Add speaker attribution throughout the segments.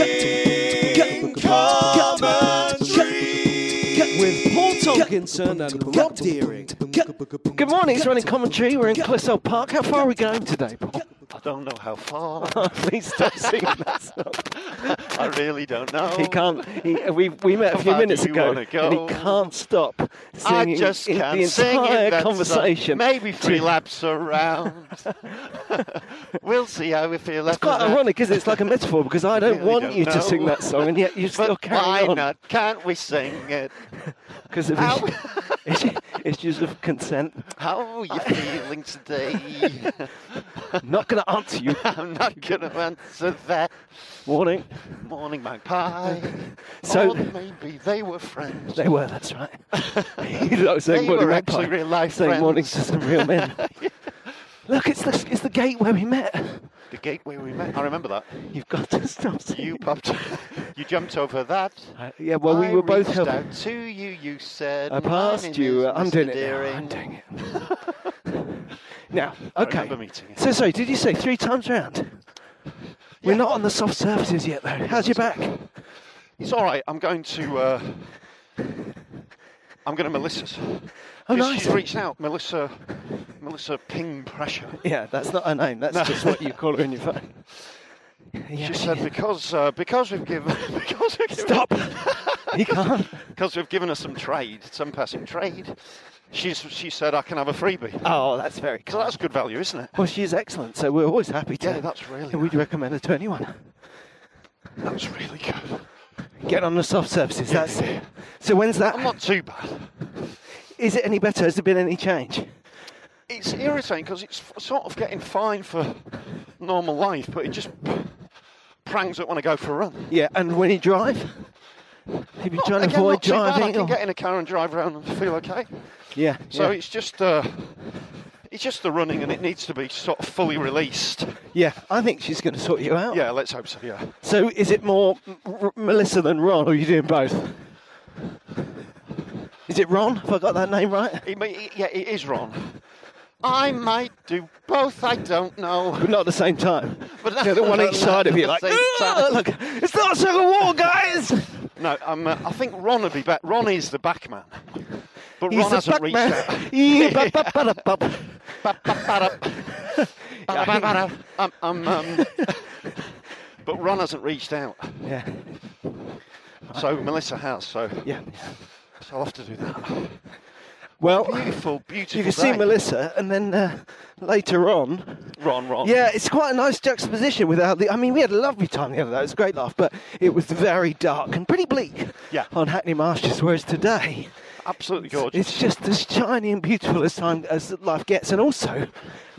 Speaker 1: Running commentary with Paul Tolkinson and Rob Deering.
Speaker 2: Good morning, it's running commentary. We're in Clisso Park. How far are we going today, Paul?
Speaker 3: I don't know how far.
Speaker 2: Please stop singing that song.
Speaker 3: I really don't know.
Speaker 2: He can't. He, we, we met a few
Speaker 3: How do
Speaker 2: minutes
Speaker 3: you
Speaker 2: ago,
Speaker 3: wanna go?
Speaker 2: and he can't stop singing.
Speaker 3: I just
Speaker 2: in-
Speaker 3: can't
Speaker 2: the
Speaker 3: sing it,
Speaker 2: entire
Speaker 3: that's all.
Speaker 2: conversation.
Speaker 3: Maybe
Speaker 2: to-
Speaker 3: three laps around. we'll see how we feel
Speaker 2: It's
Speaker 3: after
Speaker 2: quite
Speaker 3: that.
Speaker 2: ironic, isn't it? It's like a metaphor because I don't
Speaker 3: really
Speaker 2: want
Speaker 3: don't
Speaker 2: you to
Speaker 3: know.
Speaker 2: sing that song, and yet you still
Speaker 3: But
Speaker 2: carry
Speaker 3: why
Speaker 2: on.
Speaker 3: not? Can't we sing it?
Speaker 2: Because
Speaker 3: Ow.
Speaker 2: it's, issues of consent.
Speaker 3: How are you feeling today?
Speaker 2: I'm not going to answer you.
Speaker 3: I'm not going to answer that.
Speaker 2: Warning.
Speaker 3: Morning, magpie.
Speaker 2: So-
Speaker 3: or maybe they were friends.
Speaker 2: They were, that's right. you know, saying
Speaker 3: They
Speaker 2: morning
Speaker 3: were
Speaker 2: magpie,
Speaker 3: actually real life
Speaker 2: saying
Speaker 3: friends.
Speaker 2: morning to some real men. Look, it's the, it's the gate where we met.
Speaker 3: The gate where we met. I remember that.
Speaker 2: You've got to stop singing.
Speaker 3: You popped. you jumped over that.
Speaker 2: Uh, yeah, well, we
Speaker 3: I
Speaker 2: were both
Speaker 3: reached
Speaker 2: helping.
Speaker 3: out to you. You said.
Speaker 2: I
Speaker 3: "My
Speaker 2: passed
Speaker 3: name
Speaker 2: you.
Speaker 3: is
Speaker 2: uh, I'm
Speaker 3: Mr.
Speaker 2: doing it.
Speaker 3: Deering."
Speaker 2: Now. I'm doing it. now,
Speaker 3: I
Speaker 2: okay.
Speaker 3: remember meeting you.
Speaker 2: So, sorry, did you say three times round? We're not on the soft surfaces yet, though. How's your back?
Speaker 3: It's all right. I'm going to. Uh, I'm going to Melissa's.
Speaker 2: Oh,
Speaker 3: Just-
Speaker 2: nice.
Speaker 3: She's reached out, Melissa. Melissa Ping Pressure.
Speaker 2: Yeah, that's not her name. That's just what you call her in your phone. Yeah,
Speaker 3: She said because uh, because we've given because we've given,
Speaker 2: Stop! you can't.
Speaker 3: because we've given her some trade, some passing trade. She's she said I can have a freebie.
Speaker 2: Oh, that's very
Speaker 3: So
Speaker 2: kind.
Speaker 3: that's good value, isn't it?
Speaker 2: Well, she's excellent, so we're always happy to.
Speaker 3: Yeah, that's really
Speaker 2: And we'd
Speaker 3: nice.
Speaker 2: recommend her to anyone.
Speaker 3: That's really good.
Speaker 2: Get on the soft surfaces. That's it. So, when's that?
Speaker 3: I'm not too bad.
Speaker 2: Is it any better? Has there been any change?
Speaker 3: It's irritating because it's f- sort of getting fine for normal life, but it just prangs up when I go for a run.
Speaker 2: Yeah, and when you drive, you've been
Speaker 3: Not-
Speaker 2: trying to
Speaker 3: again,
Speaker 2: avoid
Speaker 3: not too bad.
Speaker 2: driving.
Speaker 3: I can
Speaker 2: or-
Speaker 3: get in a car and drive around and feel okay.
Speaker 2: Yeah.
Speaker 3: So
Speaker 2: yeah.
Speaker 3: it's just uh, it's just the running, and it needs to be sort of fully released.
Speaker 2: yeah, I think she's going to sort you out.
Speaker 3: Yeah, let's hope so. Yeah,
Speaker 2: So is it more R- Melissa than Ron, or are you doing both? Is it Ron? Have I got that name right?
Speaker 3: it, may- it- yeah, it is wrong. I might do both. I don't know.
Speaker 2: But not at the same time.
Speaker 3: But
Speaker 2: Yeah, the one
Speaker 3: not
Speaker 2: each side of you,
Speaker 3: at
Speaker 2: like,
Speaker 3: the same
Speaker 2: "Ah,
Speaker 3: time."
Speaker 2: look, it's not a civil war, guys.
Speaker 3: No, I'm, uh, I think Ron would be back. Ron is the back man, but
Speaker 2: He's
Speaker 3: Ron
Speaker 2: the
Speaker 3: hasn't
Speaker 2: back
Speaker 3: reached
Speaker 2: man.
Speaker 3: out.
Speaker 2: Yeah, ba- ba- ba- da- ba-
Speaker 3: I'm, I'm, um, but Ron hasn't reached out,
Speaker 2: Yeah,
Speaker 3: so Melissa has. So,
Speaker 2: yeah.
Speaker 3: so I'll have to do that.
Speaker 2: Well,
Speaker 3: Beautiful, beautiful.
Speaker 2: you can see
Speaker 3: day.
Speaker 2: Melissa, and then uh, later on,
Speaker 3: Ron, Ron.
Speaker 2: Yeah, it's quite a nice juxtaposition without the. I mean, we had a lovely time the other day. It was a great laugh, but it was very dark and pretty bleak
Speaker 3: Yeah.
Speaker 2: on Hackney Marshes. Whereas today,
Speaker 3: absolutely gorgeous.
Speaker 2: it's just as shiny and beautiful as time as life gets. And also,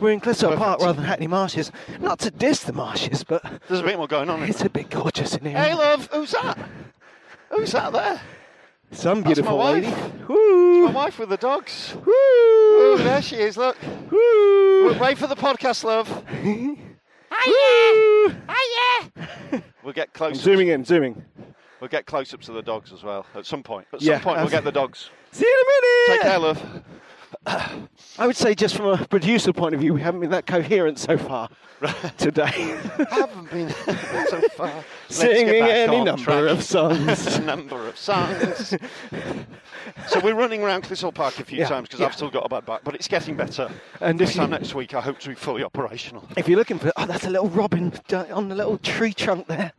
Speaker 2: we're in Clissop Park rather than Hackney Marshes. Not to diss the marshes, but
Speaker 3: There's a bit more going on. in
Speaker 2: it's a bit gorgeous in here.
Speaker 3: Hey, love, who's that? Who's that there?
Speaker 2: Some
Speaker 3: that's
Speaker 2: beautiful
Speaker 3: my
Speaker 2: lady.
Speaker 3: wife.
Speaker 2: Woo!
Speaker 3: My wife with the dogs.
Speaker 2: Woo!
Speaker 3: Ooh, there she is. Look,
Speaker 2: Woo!
Speaker 3: Wait- wait for the podcast, love.
Speaker 2: Woo!
Speaker 3: We'll get closer.
Speaker 2: Zooming in, zooming.
Speaker 3: We'll get close ups of the dogs as well at some point. At some
Speaker 2: Yeah,
Speaker 3: point, we'll
Speaker 2: that's-
Speaker 3: get the dogs.
Speaker 2: See you in a
Speaker 3: Take
Speaker 2: minute.
Speaker 3: care, love.
Speaker 2: I would say, just from a producer point of view, we haven't been that coherent so far today.
Speaker 3: haven't been so far. Let's get
Speaker 2: Singing
Speaker 3: back
Speaker 2: any
Speaker 3: on
Speaker 2: number
Speaker 3: track.
Speaker 2: of songs.
Speaker 3: number of songs. so we're running around Clissold Park a few
Speaker 2: Yeah,
Speaker 3: times because
Speaker 2: yeah.
Speaker 3: I've still got a bad back, but it's getting better.
Speaker 2: And
Speaker 3: this
Speaker 2: if you-
Speaker 3: time next week, I hope to be fully operational.
Speaker 2: if you're looking for, oh, that's a little robin d- on the little tree trunk there.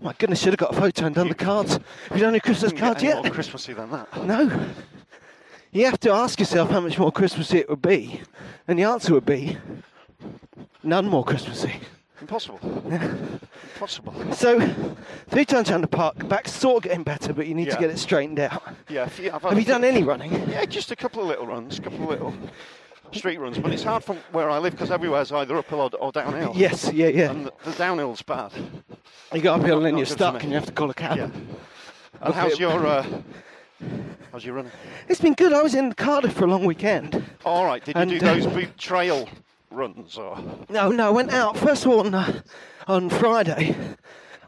Speaker 2: My goodness, should have got a photo and done the cards. We don't have Christmas
Speaker 3: Couldn't get
Speaker 2: cards
Speaker 3: any
Speaker 2: yet.
Speaker 3: more Christmassy than that.
Speaker 2: No. You have to ask yourself how much more Christmassy it would be, and the answer would be none more Christmassy.
Speaker 3: Impossible. Impossible.
Speaker 2: So, three times around the park, back's sort of getting better, but you need to
Speaker 3: Yeah.
Speaker 2: get it straightened out.
Speaker 3: Yeah. If I've had
Speaker 2: Have
Speaker 3: a
Speaker 2: you
Speaker 3: few-
Speaker 2: done any running?
Speaker 3: Yeah, just a couple of little runs, a couple of little street runs. But it's hard from where I live because everywhere's either uphill or, or downhill.
Speaker 2: Yes, yeah,
Speaker 3: And
Speaker 2: yeah.
Speaker 3: the, the downhill's bad.
Speaker 2: You go uphill and then you're
Speaker 3: Um, not good for
Speaker 2: stuck
Speaker 3: me.
Speaker 2: and you have to call a cab.
Speaker 3: Yeah. And how's your uh, how's your running?
Speaker 2: It's been good. I was in Cardiff for a long weekend.
Speaker 3: All right. Did you
Speaker 2: And,
Speaker 3: do
Speaker 2: uh,
Speaker 3: those boot trail runs or?
Speaker 2: No, no, I went out first of all on, uh, on Friday.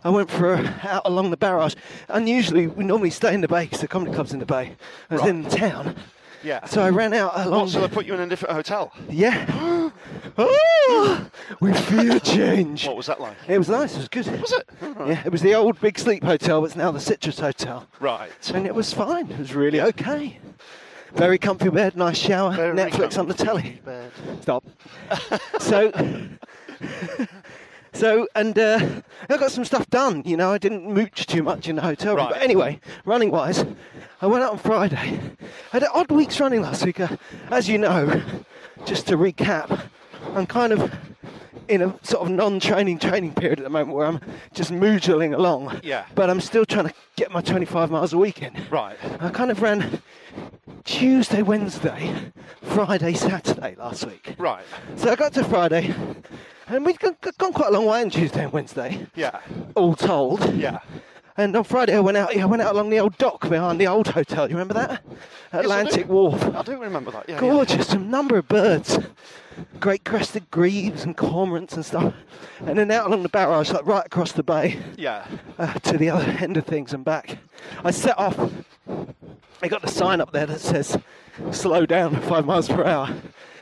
Speaker 2: I went for a, out along the barrage. Unusually, we normally stay in the bay because the comedy club's in the bay. I was in town,
Speaker 3: Yeah.
Speaker 2: so I ran out along.
Speaker 3: What, so they put you in a different hotel?
Speaker 2: yeah. oh, we feel change.
Speaker 3: What was that like?
Speaker 2: It was nice. It was good.
Speaker 3: Was it?
Speaker 2: Yeah, it was the old Big Sleep Hotel. It's now the Citrus Hotel.
Speaker 3: Right.
Speaker 2: And it was fine. It was really okay. Very comfy bed, nice shower,
Speaker 3: Very
Speaker 2: Netflix on the
Speaker 3: comfy
Speaker 2: telly. Stop. so, so, and uh, I got some stuff done. You know, I didn't mooch too much in the hotel room.
Speaker 3: Right.
Speaker 2: But anyway, running wise, I went out on Friday. I had an odd week's running last week. Uh, as you know, just to recap, I'm kind of in a sort of non-training training period at the moment where I'm just moodling along.
Speaker 3: Yeah.
Speaker 2: But I'm still trying to get my 25 miles a week in.
Speaker 3: Right.
Speaker 2: I kind of ran Tuesday, Wednesday, Friday, Saturday last week.
Speaker 3: Right.
Speaker 2: So I got to Friday, and we'd gone, gone quite a long way on Tuesday and Wednesday,
Speaker 3: Yeah.
Speaker 2: all told.
Speaker 3: Yeah.
Speaker 2: And on Friday I went out. Yeah, I went out along the old dock behind the old hotel. You remember that? Atlantic Wharf.
Speaker 3: I do remember that. Yeah.
Speaker 2: Gorgeous, a number of birds. Great crested grebes and cormorants and stuff. And then out along the barrage, like right across the bay
Speaker 3: Yeah.
Speaker 2: uh, to the other end of things and back. I set off. I got the sign up there that says "Slow down, five miles per hour."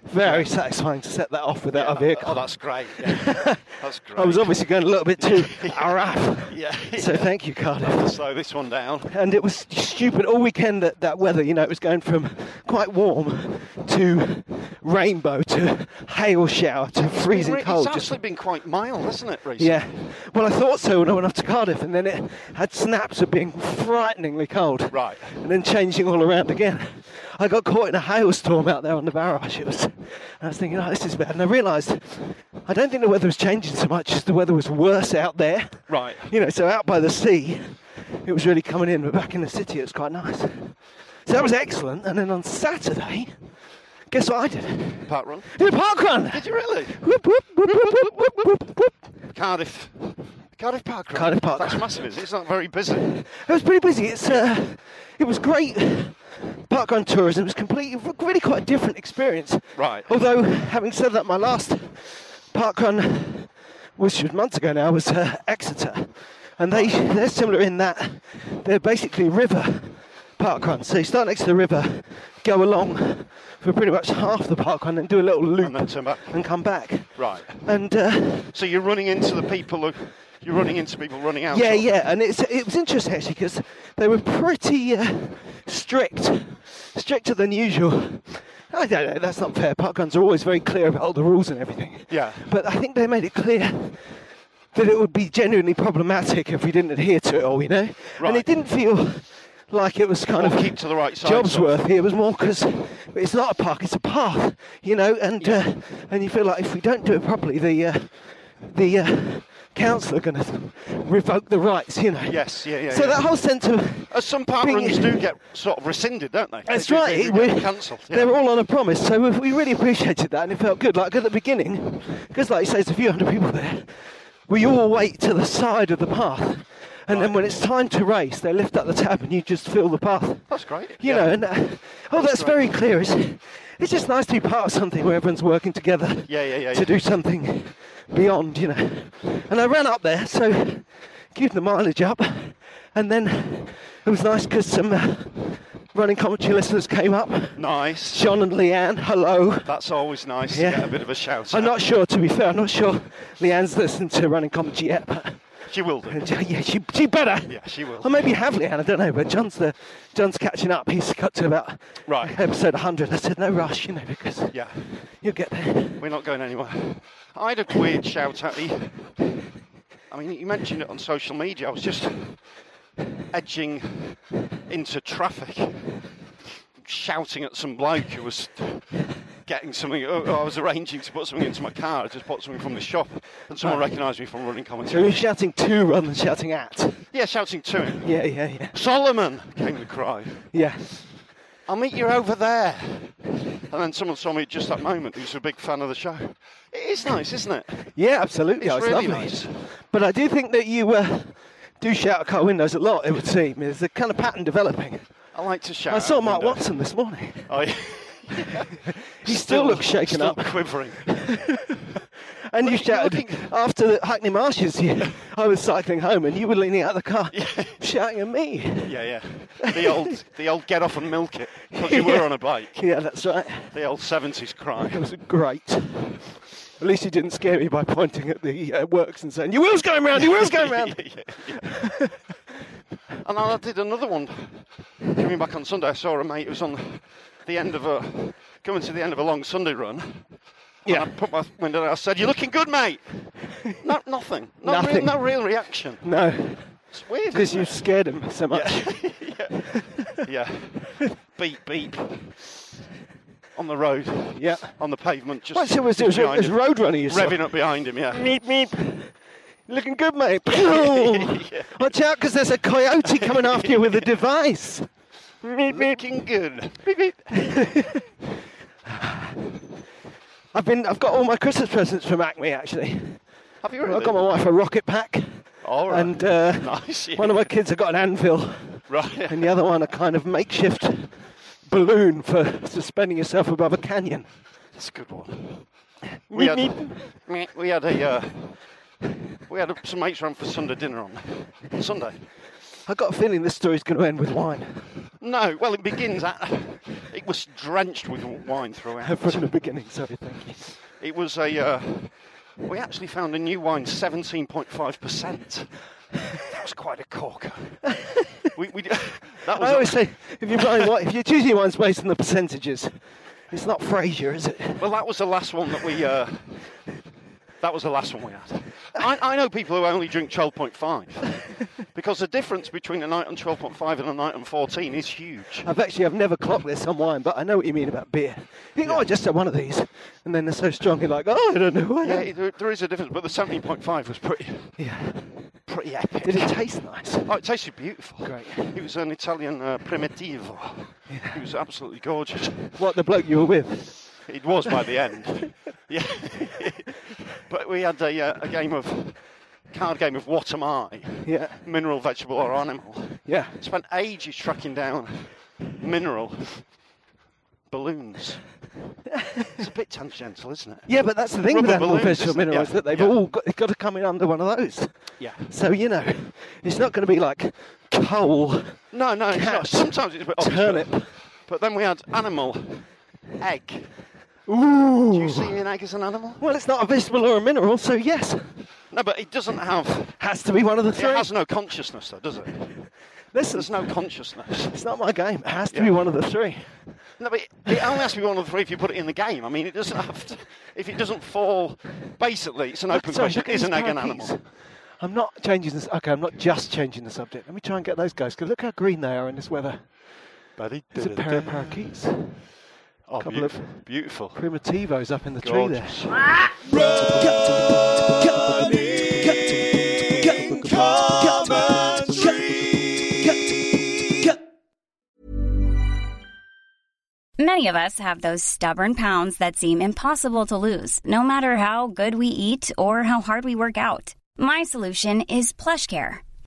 Speaker 2: Very satisfying to set that off without a
Speaker 3: yeah.
Speaker 2: vehicle.
Speaker 3: Oh, that's great. Yeah. that's great.
Speaker 2: I was obviously going a little bit too araf.
Speaker 3: Yeah.
Speaker 2: So thank you, Cardiff.
Speaker 3: Slow this one down.
Speaker 2: And it was stupid all weekend that, that weather, you know, it was going from quite warm to rainbow to hail shower to freezing
Speaker 3: it's
Speaker 2: cold.
Speaker 3: actually
Speaker 2: just-
Speaker 3: been quite mild, hasn't it, recently?
Speaker 2: yeah. Well, I thought so when I went off to Cardiff, and then it had snaps of being frighteningly cold.
Speaker 3: Right.
Speaker 2: And then changing all around again. I got caught in a hailstorm out there on the barrage. It was, I was thinking, oh, this is bad. And I realised I don't think the weather was changing so much as the weather was worse out there.
Speaker 3: Right.
Speaker 2: You know, so out by the sea, it was really coming in, but back in the city, it was quite nice. So that was excellent. And then on Saturday, guess what I did?
Speaker 3: Park run.
Speaker 2: Did a park run!
Speaker 3: Did you really?
Speaker 2: Whoop, whoop, whoop, whoop, whoop, whoop, whoop, whoop.
Speaker 3: Cardiff. Cardiff Park Run.
Speaker 2: Cardiff Park
Speaker 3: That's
Speaker 2: Run.
Speaker 3: massive, is it? It's not very busy.
Speaker 2: It was pretty busy. It's uh, it was great. Parkrun tourism It was completely, really quite a different experience.
Speaker 3: Right.
Speaker 2: Although, having said that, my last parkrun, which was months ago now, was uh, Exeter, and they they're similar in that they're basically river parkrun. So you start next to the river, go along for pretty much half the parkrun, then do a little loop
Speaker 3: And then turn back.
Speaker 2: and come back.
Speaker 3: Right.
Speaker 2: And uh,
Speaker 3: So you're running into the people who. You're running into people running out.
Speaker 2: Yeah,
Speaker 3: sort of-
Speaker 2: yeah, and it's it was interesting actually because they were pretty uh, strict, stricter than usual. I don't know, that's not fair. Park guns are always very clear about all the rules and everything.
Speaker 3: Yeah.
Speaker 2: But I think they made it clear that it would be genuinely problematic if we didn't adhere to it all, you know? And
Speaker 3: Right.
Speaker 2: it didn't feel like it was kind
Speaker 3: Or
Speaker 2: of
Speaker 3: keep to the right side,
Speaker 2: Jobs
Speaker 3: sort of.
Speaker 2: worthy. It was more because it's not a park; it's a path, you know. And uh, and you feel like if we don't do it properly, the uh, the uh, council are going to revoke the rights, you know.
Speaker 3: Yes, yeah, yeah,
Speaker 2: So
Speaker 3: yeah.
Speaker 2: that whole sense of
Speaker 3: As some park
Speaker 2: being-
Speaker 3: runs do get sort of rescinded, don't they?
Speaker 2: that's
Speaker 3: They do-
Speaker 2: right.
Speaker 3: They do
Speaker 2: we-
Speaker 3: get cancelled. yeah.
Speaker 2: They were all on a promise, so we, we really appreciated that, and it felt good. Like at the beginning, because like you say, there's a few hundred people there. We all wait to the side of the path, and then when it's time to race, they lift up the tab, and you just fill the path.
Speaker 3: That's great.
Speaker 2: You
Speaker 3: yeah.
Speaker 2: know, and uh, oh, that's very clear. It's, it's just nice to be part of something where everyone's working together
Speaker 3: Yeah, yeah, yeah,
Speaker 2: to
Speaker 3: yeah.
Speaker 2: do something beyond, you know. And I ran up there, so give the mileage up. And then it was nice because some uh, running commentary listeners came up.
Speaker 3: Nice.
Speaker 2: John and Leanne, hello.
Speaker 3: That's always nice
Speaker 2: Yeah.
Speaker 3: to get a bit of a shout.
Speaker 2: I'm
Speaker 3: out.
Speaker 2: not sure, to be fair, I'm not sure Leanne's listened to running commentary yet, but
Speaker 3: She will do.
Speaker 2: and, uh, yeah, she, she better.
Speaker 3: Yeah, she will.
Speaker 2: Or maybe you have Leanne, I don't know, but John's the John's catching up. He's got to about
Speaker 3: Right.
Speaker 2: episode 100. I said, no rush, you know, because
Speaker 3: Yeah,
Speaker 2: you'll get there.
Speaker 3: we're not going anywhere. I had a weird shout out. He- I mean, you mentioned it on social media. I was just edging into traffic, shouting at some bloke who was getting something. oh, I was arranging to put something into my car. I just bought something from the shop, and someone recognised me from running
Speaker 2: So we were
Speaker 3: commentary.
Speaker 2: shouting to rather than shouting at.
Speaker 3: Yeah, shouting to him.
Speaker 2: Yeah, yeah, yeah.
Speaker 3: Solomon came the cry.
Speaker 2: Yeah.
Speaker 3: I'll meet you over there. And then someone saw me at just that moment who's a big fan of the show. It is nice, isn't it?
Speaker 2: Yeah, absolutely.
Speaker 3: It's
Speaker 2: oh, it's
Speaker 3: really
Speaker 2: lovely.
Speaker 3: nice.
Speaker 2: But I do think that you uh, do shout at car windows a lot, it would seem. There's a kind of pattern developing.
Speaker 3: I like to shout.
Speaker 2: I saw
Speaker 3: out
Speaker 2: Mark
Speaker 3: window.
Speaker 2: Watson this morning.
Speaker 3: Oh, yeah.
Speaker 2: He still, looks shaken
Speaker 3: still
Speaker 2: up.
Speaker 3: quivering.
Speaker 2: And you
Speaker 3: Look,
Speaker 2: shouted
Speaker 3: looking-
Speaker 2: after the Hackney Marshes. You, I was cycling home, and you were leaning out of the car, shouting at me.
Speaker 3: Yeah, yeah. The old, the old get off and milk it because you were
Speaker 2: Yeah.
Speaker 3: on a bike.
Speaker 2: Yeah, that's right.
Speaker 3: The old seventies
Speaker 2: It
Speaker 3: cry.
Speaker 2: was great. At least you didn't scare me by pointing at the uh, works and saying, "Your wheel's going round, your wheel's going round."
Speaker 3: Yeah, yeah, yeah. and I did another one. Coming back on Sunday, I saw a mate who was on the end of a coming to the end of a long Sunday run.
Speaker 2: Yeah.
Speaker 3: And I put my window down. I said, "You're looking good, mate." No, nothing. No
Speaker 2: Nothing.
Speaker 3: Real, no real reaction.
Speaker 2: No,
Speaker 3: It's weird.
Speaker 2: because
Speaker 3: isn't
Speaker 2: you
Speaker 3: it?
Speaker 2: scared him so much.
Speaker 3: Yeah. beep, beep. On the road.
Speaker 2: Yeah.
Speaker 3: On the pavement. Just
Speaker 2: Well, so it was, it was, it
Speaker 3: behind
Speaker 2: was
Speaker 3: him.
Speaker 2: road running. You saw.
Speaker 3: Revving up behind him, yeah.
Speaker 2: Meep meep. Looking good, mate. Watch out, because there's a coyote coming after you with a device. Meep meep.
Speaker 3: Looking good.
Speaker 2: I've been. I've got all my Christmas presents from Acme actually.
Speaker 3: Have you
Speaker 2: I've
Speaker 3: really?
Speaker 2: got my wife a rocket pack.
Speaker 3: All right.
Speaker 2: And uh,
Speaker 3: Nice, yeah.
Speaker 2: one of my kids have got an anvil,
Speaker 3: Right.
Speaker 2: and the other one a kind of makeshift balloon for suspending yourself above a canyon.
Speaker 3: That's a good one. We had, we had a uh, we had a, some mates round for Sunday dinner on on Sunday.
Speaker 2: I've got a feeling this story's going to end with wine
Speaker 3: No, well it begins at it was drenched with wine throughout.
Speaker 2: from the beginning. Sorry, thank you.
Speaker 3: It was a. Uh, we actually found a new wine, seventeen point five percent. That was quite a corker. we, we, that was.
Speaker 2: Oh, I always say, if you're buying what, if you're choosing ones based on the percentages, it's not Fraser, is it?
Speaker 3: well, that was the last one that we. Uh, that was the last one we had. I, I know people who only drink twelve point five because the difference between a night on twelve point five and a night on fourteen is huge.
Speaker 2: I've actually I've never clocked this on wine, but I know what you mean about beer. You think, oh, I just had one of these, and then they're so strong, you're like, oh, I don't know. Why.
Speaker 3: Yeah, there, there is a difference, but the seventeen point five was pretty,
Speaker 2: yeah.
Speaker 3: pretty epic.
Speaker 2: Did it taste nice?
Speaker 3: Oh, it tasted beautiful.
Speaker 2: Great.
Speaker 3: It was an Italian uh, primitivo. It was absolutely gorgeous.
Speaker 2: What the bloke you were with?
Speaker 3: It was by the end. yeah. but we had a, uh, a game of card game of what am I?
Speaker 2: Yeah.
Speaker 3: Mineral, vegetable, or animal.
Speaker 2: Yeah.
Speaker 3: Spent ages tracking down mineral balloons. It's a bit tangential, isn't it?
Speaker 2: Yeah, but that's the thing
Speaker 3: Rubber
Speaker 2: with animal
Speaker 3: balloons,
Speaker 2: vegetable
Speaker 3: isn't it?
Speaker 2: minerals
Speaker 3: Yeah,
Speaker 2: that they've
Speaker 3: yeah.
Speaker 2: all got, got to come in under one of those.
Speaker 3: Yeah.
Speaker 2: So you know, it's not going to be like coal.
Speaker 3: No, no. It's not.
Speaker 2: Cat.
Speaker 3: Sometimes it's a bit obvious,
Speaker 2: Turnip.
Speaker 3: But, but then we had animal, egg. Do you
Speaker 2: Ooh.
Speaker 3: see an egg as an animal?
Speaker 2: Well, it's not a vegetable or a mineral, so yes,
Speaker 3: No, but it doesn't have.
Speaker 2: has to be one of the three.
Speaker 3: It has no consciousness, though, does it?
Speaker 2: Listen,
Speaker 3: There's no consciousness.
Speaker 2: it's not my game. It has to
Speaker 3: Yeah.
Speaker 2: be one of the three.
Speaker 3: No, but it it only has to be one of the three if you put it in the game. I mean, it doesn't have to. If it doesn't fall, basically, it's an open
Speaker 2: Sorry,
Speaker 3: question.
Speaker 2: look at
Speaker 3: Is
Speaker 2: these
Speaker 3: an egg an
Speaker 2: parakeets.
Speaker 3: animal?
Speaker 2: I'm not changing this. Okay, I'm not just changing the subject. Let me try and get those guys. Because look how green they are in this weather. There's a pair of parakeets,
Speaker 3: Oh,
Speaker 2: couple
Speaker 3: beautiful.
Speaker 2: of-
Speaker 3: beautiful.
Speaker 2: primitivos, up in the
Speaker 3: Gorgeous.
Speaker 2: tree
Speaker 4: Many of us have those stubborn pounds that seem impossible to lose, no matter how good we eat or how hard we work out. My solution is PlushCare.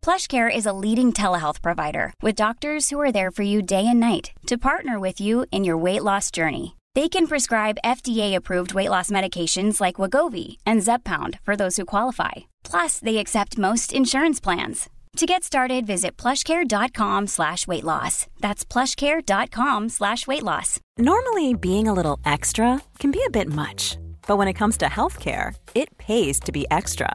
Speaker 4: PlushCare is a leading telehealth provider with doctors who are there for you day and night to partner with you in your weight loss journey. They can prescribe FDA-approved weight loss medications like Wagovi and Zepbound for those who qualify. Plus, they accept most insurance plans. To get started, visit plushcare.com slash weight loss. That's plushcare.com slash weight loss.
Speaker 5: Normally, being a little extra can be a bit much, but when it comes to healthcare, it pays to be extra.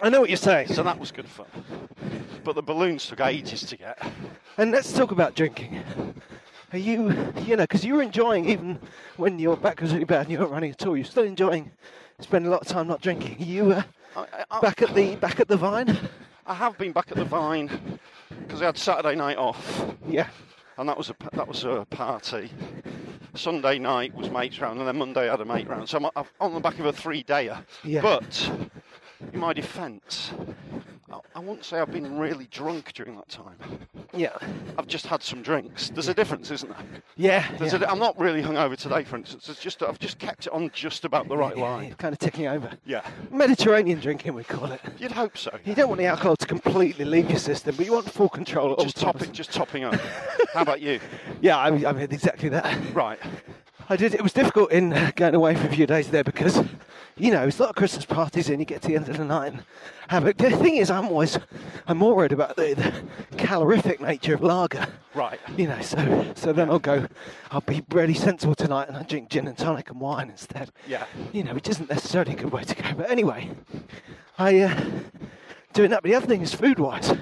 Speaker 2: I know what you're saying.
Speaker 3: So that was good fun. But the balloons took ages to get.
Speaker 2: And let's talk about drinking. Are you, you know, because you were enjoying even when your back was really bad and you weren't running at all. You're still enjoying spending a lot of time not drinking. Are you uh,
Speaker 3: I, I,
Speaker 2: back at the back at the vine?
Speaker 3: I have been back at the Vine because I had Saturday night off,
Speaker 2: Yeah,
Speaker 3: and that was a p- that was a party. Sunday night was mates round, and then Monday I had a mate round. So I'm, I'm on the back of a three-dayer.
Speaker 2: Yeah.
Speaker 3: But in my defence, I, I wouldn't say I've been really drunk during that time.
Speaker 2: yeah,
Speaker 3: I've just had some drinks. There's a difference, isn't there?
Speaker 2: yeah.
Speaker 3: There's
Speaker 2: yeah.
Speaker 3: a, I'm not really hungover today, for instance. It's just I've just kept it on just about the right line.
Speaker 2: kind of ticking over.
Speaker 3: Yeah,
Speaker 2: Mediterranean drinking, we call it.
Speaker 3: you'd hope so.
Speaker 2: You don't want the alcohol to completely leave your system, but you want full control. at all
Speaker 3: Just topping,
Speaker 2: times.
Speaker 3: just topping up. How about you?
Speaker 2: Yeah, I, I mean exactly that.
Speaker 3: Right.
Speaker 2: I did. It was difficult in uh, going away for a few days there because, you know, it's a lot of Christmas parties and you get to the end of the night and have it. The thing is, I'm always, I'm more worried about the, the calorific nature of lager.
Speaker 3: Right.
Speaker 2: You know, so so then I'll go, I'll be really sensible tonight and I drink gin and tonic and wine instead.
Speaker 3: Yeah.
Speaker 2: You know, which isn't necessarily a good way to go. But anyway, I uh, doing that. But the other thing is food wise.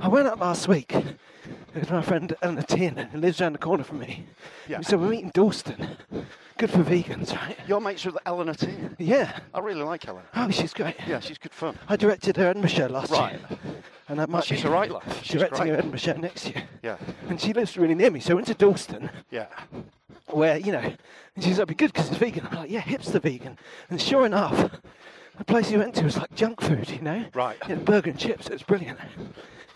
Speaker 2: I went out last week with my friend Anna Tin, who lives around the corner from me.
Speaker 3: Yeah.
Speaker 2: So we're eating Dalston. Good for vegans, right?
Speaker 3: Your mates with Eleanor T.
Speaker 2: Yeah.
Speaker 3: I really like Eleanor.
Speaker 2: Oh, she's great.
Speaker 3: Yeah, she's good fun.
Speaker 2: I directed her Edinburgh show last
Speaker 3: Right. Oh,
Speaker 2: year. And I might
Speaker 3: she's
Speaker 2: be
Speaker 3: a right laugh. She's
Speaker 2: directing
Speaker 3: great.
Speaker 2: her Edinburgh show next year.
Speaker 3: Yeah,
Speaker 2: And she lives really near me, so I went to Dalston,
Speaker 3: yeah.
Speaker 2: where, you know, and she's like, be good because it's vegan. I'm like, yeah, hipster vegan. And sure enough, the place you went to was like junk food, you know?
Speaker 3: Right.
Speaker 2: You know, burger and chips, it was brilliant.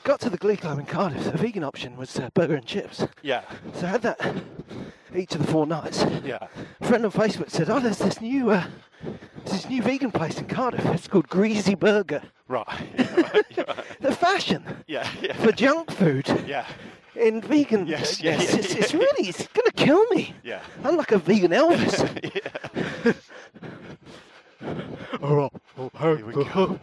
Speaker 2: Got to the Glee Club in Cardiff, the vegan option was uh, burger and chips.
Speaker 3: Yeah,
Speaker 2: So I had that each of the four nights.
Speaker 3: yeah.
Speaker 2: A friend on Facebook said, "Oh, there's this new, uh, there's this new vegan place in Cardiff. It's called Greasy Burger.
Speaker 3: Right.
Speaker 2: The fashion
Speaker 3: yeah, yeah.
Speaker 2: for junk food
Speaker 3: Yeah,
Speaker 2: in vegan.
Speaker 3: Yes, yeah,
Speaker 2: it's,
Speaker 3: yeah,
Speaker 2: it's,
Speaker 3: yeah,
Speaker 2: it's
Speaker 3: yeah.
Speaker 2: really, it's gonna kill me.
Speaker 3: yeah.
Speaker 2: I'm like a vegan Elvis.
Speaker 3: Here we go.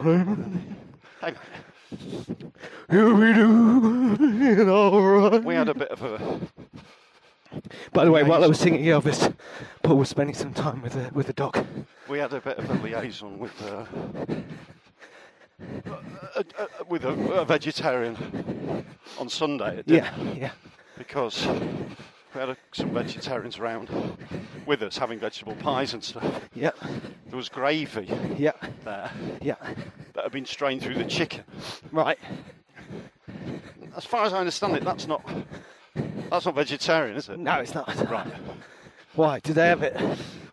Speaker 3: Hey, mate, we had a bit of a.
Speaker 2: By the way, while I was singing Elvis, Paul was spending some time with the with the dog.
Speaker 3: We had a bit of a liaison with uh, a, a, a- with a, a vegetarian on Sunday. at dinner
Speaker 2: Yeah, yeah.
Speaker 3: Because we had a, some vegetarians around with us having vegetable pies and stuff.
Speaker 2: Yeah,
Speaker 3: There was gravy
Speaker 2: yeah,
Speaker 3: there
Speaker 2: yeah.
Speaker 3: that had been strained through the chicken.
Speaker 2: Right.
Speaker 3: As far as I understand it, that's not that's not vegetarian, is it?
Speaker 2: No, it's not.
Speaker 3: Right.
Speaker 2: Why? Did they have it?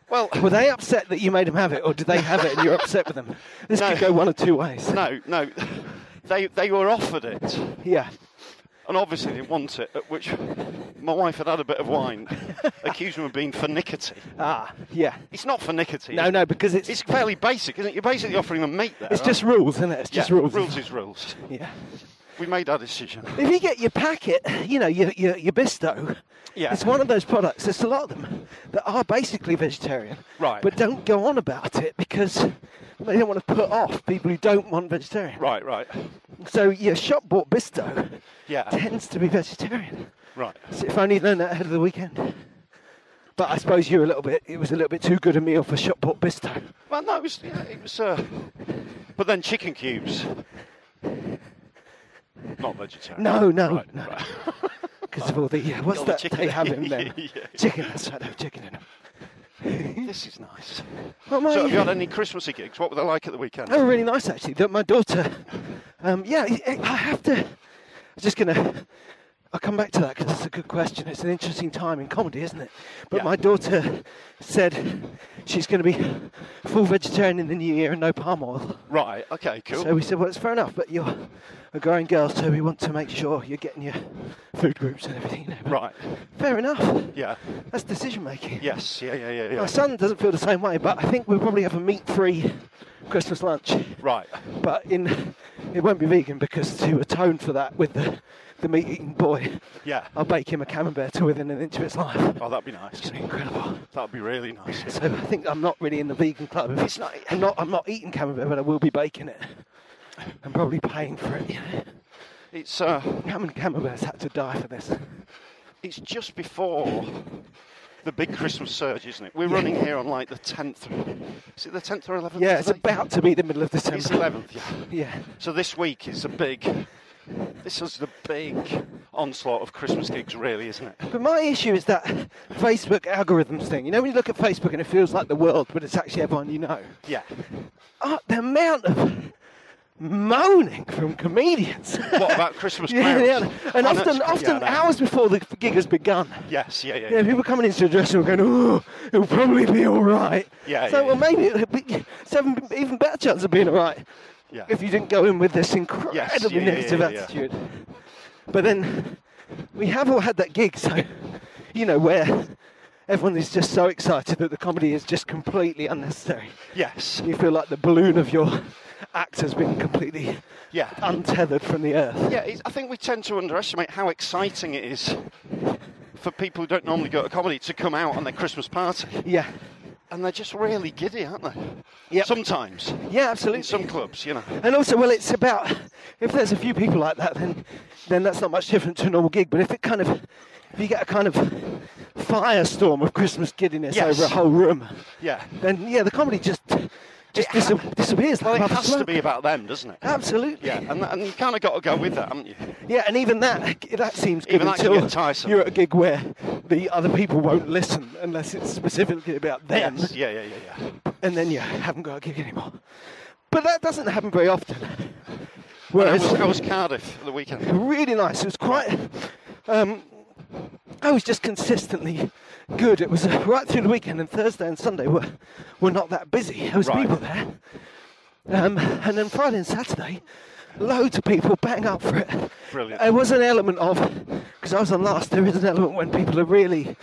Speaker 3: Well,
Speaker 2: Were they upset that you made them have it, or did they have it and you're upset with them? This
Speaker 3: No.
Speaker 2: could go one of two ways.
Speaker 3: no, no. They they were offered it, and
Speaker 2: Yeah.
Speaker 3: obviously didn't want it. At which my wife had had a bit of wine, accused them of being finickety.
Speaker 2: Ah, yeah.
Speaker 3: It's not finickety.
Speaker 2: No,
Speaker 3: is
Speaker 2: no,
Speaker 3: it?
Speaker 2: because it's
Speaker 3: It's
Speaker 2: it's,
Speaker 3: fairly basic, isn't it? You're basically offering them meat there. aren't
Speaker 2: just
Speaker 3: you?
Speaker 2: rules, isn't it? It's just
Speaker 3: Yeah,
Speaker 2: rules.
Speaker 3: Rules is rules.
Speaker 2: Yeah.
Speaker 3: we made our decision.
Speaker 2: If you get your packet, you know, your, your, your Bisto,
Speaker 3: Yeah.
Speaker 2: it's one of those products, there's a lot of them that are basically vegetarian,
Speaker 3: Right.
Speaker 2: but don't go on about it because they don't want to put off people who don't want vegetarian.
Speaker 3: Right, right.
Speaker 2: So your shop bought Bisto
Speaker 3: Yeah.
Speaker 2: tends to be vegetarian.
Speaker 3: Right.
Speaker 2: So if I only learned that ahead of the weekend. But I suppose you were a little bit, it was a little bit too good a meal for shop bought Bisto.
Speaker 3: Well, no, it was. yeah, It was. Uh, but then chicken cubes. Not vegetarian.
Speaker 2: No, no,
Speaker 3: Right,
Speaker 2: no.
Speaker 3: right.
Speaker 2: Because of all the, uh, what's
Speaker 3: All the
Speaker 2: that
Speaker 3: chicken.
Speaker 2: they have in them?
Speaker 3: Yeah.
Speaker 2: Chicken, that's right, they have chicken in them.
Speaker 3: This is nice.
Speaker 2: What am I
Speaker 3: So, have you
Speaker 2: eating?
Speaker 3: had any Christmassy gigs? What were they like at the weekend?
Speaker 2: uh, They were really nice actually. That my daughter, um, yeah, I- I have to. I'm just gonna. I'll come back to that because it's a good question. It's an interesting time in comedy, isn't it? But
Speaker 3: Yeah.
Speaker 2: my daughter said she's going to be full vegetarian in the new year and no palm oil.
Speaker 3: Right. Okay. Cool.
Speaker 2: So we said, well, it's fair enough, but you're a growing girl, so we want to make sure you're getting your food groups and everything. You know. But
Speaker 3: right.
Speaker 2: Fair enough.
Speaker 3: Yeah.
Speaker 2: That's decision making.
Speaker 3: Yes. Yeah. Yeah. Yeah. yeah.
Speaker 2: My son doesn't feel the same way, but I think we'll probably have a meat-free Christmas lunch
Speaker 3: Right.
Speaker 2: but in it won't be vegan because to atone for that with the, the meat eating boy,
Speaker 3: Yeah.
Speaker 2: I'll bake him a camembert to within an inch of its life.
Speaker 3: Oh, that'd be nice.
Speaker 2: Incredible.
Speaker 3: That'd be really nice.
Speaker 2: So I think I'm not really in the vegan club. It's not. I'm not. I'm not eating camembert, but I will be baking it. I'm probably paying for it. you know.
Speaker 3: It's uh,
Speaker 2: How many camemberts had to die for this?
Speaker 3: it's just before the big Christmas surge, isn't it? We're running here on like the tenth. Is it the tenth or eleventh?
Speaker 2: Yeah, it's about to be the middle of December.
Speaker 3: It's eleventh. Yeah.
Speaker 2: Yeah.
Speaker 3: So this week is a big. This is the big onslaught of Christmas gigs, really, isn't it?
Speaker 2: But my issue is that Facebook algorithms thing. You know, when you look at Facebook and it feels like the world, but it's actually everyone you know.
Speaker 3: Yeah.
Speaker 2: Oh, the amount of moaning from comedians.
Speaker 3: What about Christmas
Speaker 2: yeah,
Speaker 3: crowds?
Speaker 2: yeah, and
Speaker 3: Oh,
Speaker 2: often,
Speaker 3: no, it's- yeah,
Speaker 2: often
Speaker 3: I know.
Speaker 2: hours before the gig has begun.
Speaker 3: Yes. Yeah. Yeah.
Speaker 2: Yeah, people coming into the dressing room going, "Oh, it'll probably be all right."
Speaker 3: Yeah,
Speaker 2: So,
Speaker 3: yeah,
Speaker 2: well, maybe it'll be, it's an even better chance of being all right
Speaker 3: yeah.
Speaker 2: if you didn't go in with this incredibly
Speaker 3: yeah, yeah, yeah,
Speaker 2: negative
Speaker 3: yeah, yeah.
Speaker 2: attitude. But then we have all had that gig, so you know where everyone is just so excited that the comedy is just completely unnecessary.
Speaker 3: Yes.
Speaker 2: You feel like the balloon of your act has been completely
Speaker 3: Yeah.
Speaker 2: untethered from the earth.
Speaker 3: Yeah, it's, I think we tend to underestimate how exciting it is for people who don't normally go to comedy to come out on their Christmas party,
Speaker 2: Yeah.
Speaker 3: and they're just really giddy, aren't they?
Speaker 2: Yep.
Speaker 3: Sometimes.
Speaker 2: Yeah,
Speaker 3: In
Speaker 2: absolutely.
Speaker 3: some clubs, you know.
Speaker 2: and also, well, it's about if there's a few people like that, then then that's not much different to a normal gig. But if it kind of if you get a kind of firestorm of Christmas giddiness
Speaker 3: Yes.
Speaker 2: over a whole room,
Speaker 3: Yeah.
Speaker 2: then yeah, the comedy just just
Speaker 3: It
Speaker 2: dis-
Speaker 3: ha-
Speaker 2: disappears.
Speaker 3: Well,
Speaker 2: like a
Speaker 3: it
Speaker 2: puff of
Speaker 3: has to
Speaker 2: smoke.
Speaker 3: be about them, doesn't it?
Speaker 2: Absolutely.
Speaker 3: Yeah, and, and you kind of got to go with that, haven't you?
Speaker 2: Yeah, and even that that seems good
Speaker 3: Even that can
Speaker 2: until
Speaker 3: get tiresome.
Speaker 2: you're at a gig where the other people won't listen unless it's specifically about them,
Speaker 3: Yes. Yeah, yeah, yeah, yeah.
Speaker 2: and then you haven't got a gig anymore. But that doesn't happen very often.
Speaker 3: I
Speaker 2: Whereas
Speaker 3: was, I was Cardiff at the weekend.
Speaker 2: really nice. It was quite. Um, I was just consistently good. It was uh, right through the weekend, and Thursday and Sunday were were not that busy. There was
Speaker 3: Right.
Speaker 2: people there, um, and then Friday and Saturday, loads of people bang up for it.
Speaker 3: Brilliant.
Speaker 2: There was an element of because I was on last. There is an element when people are really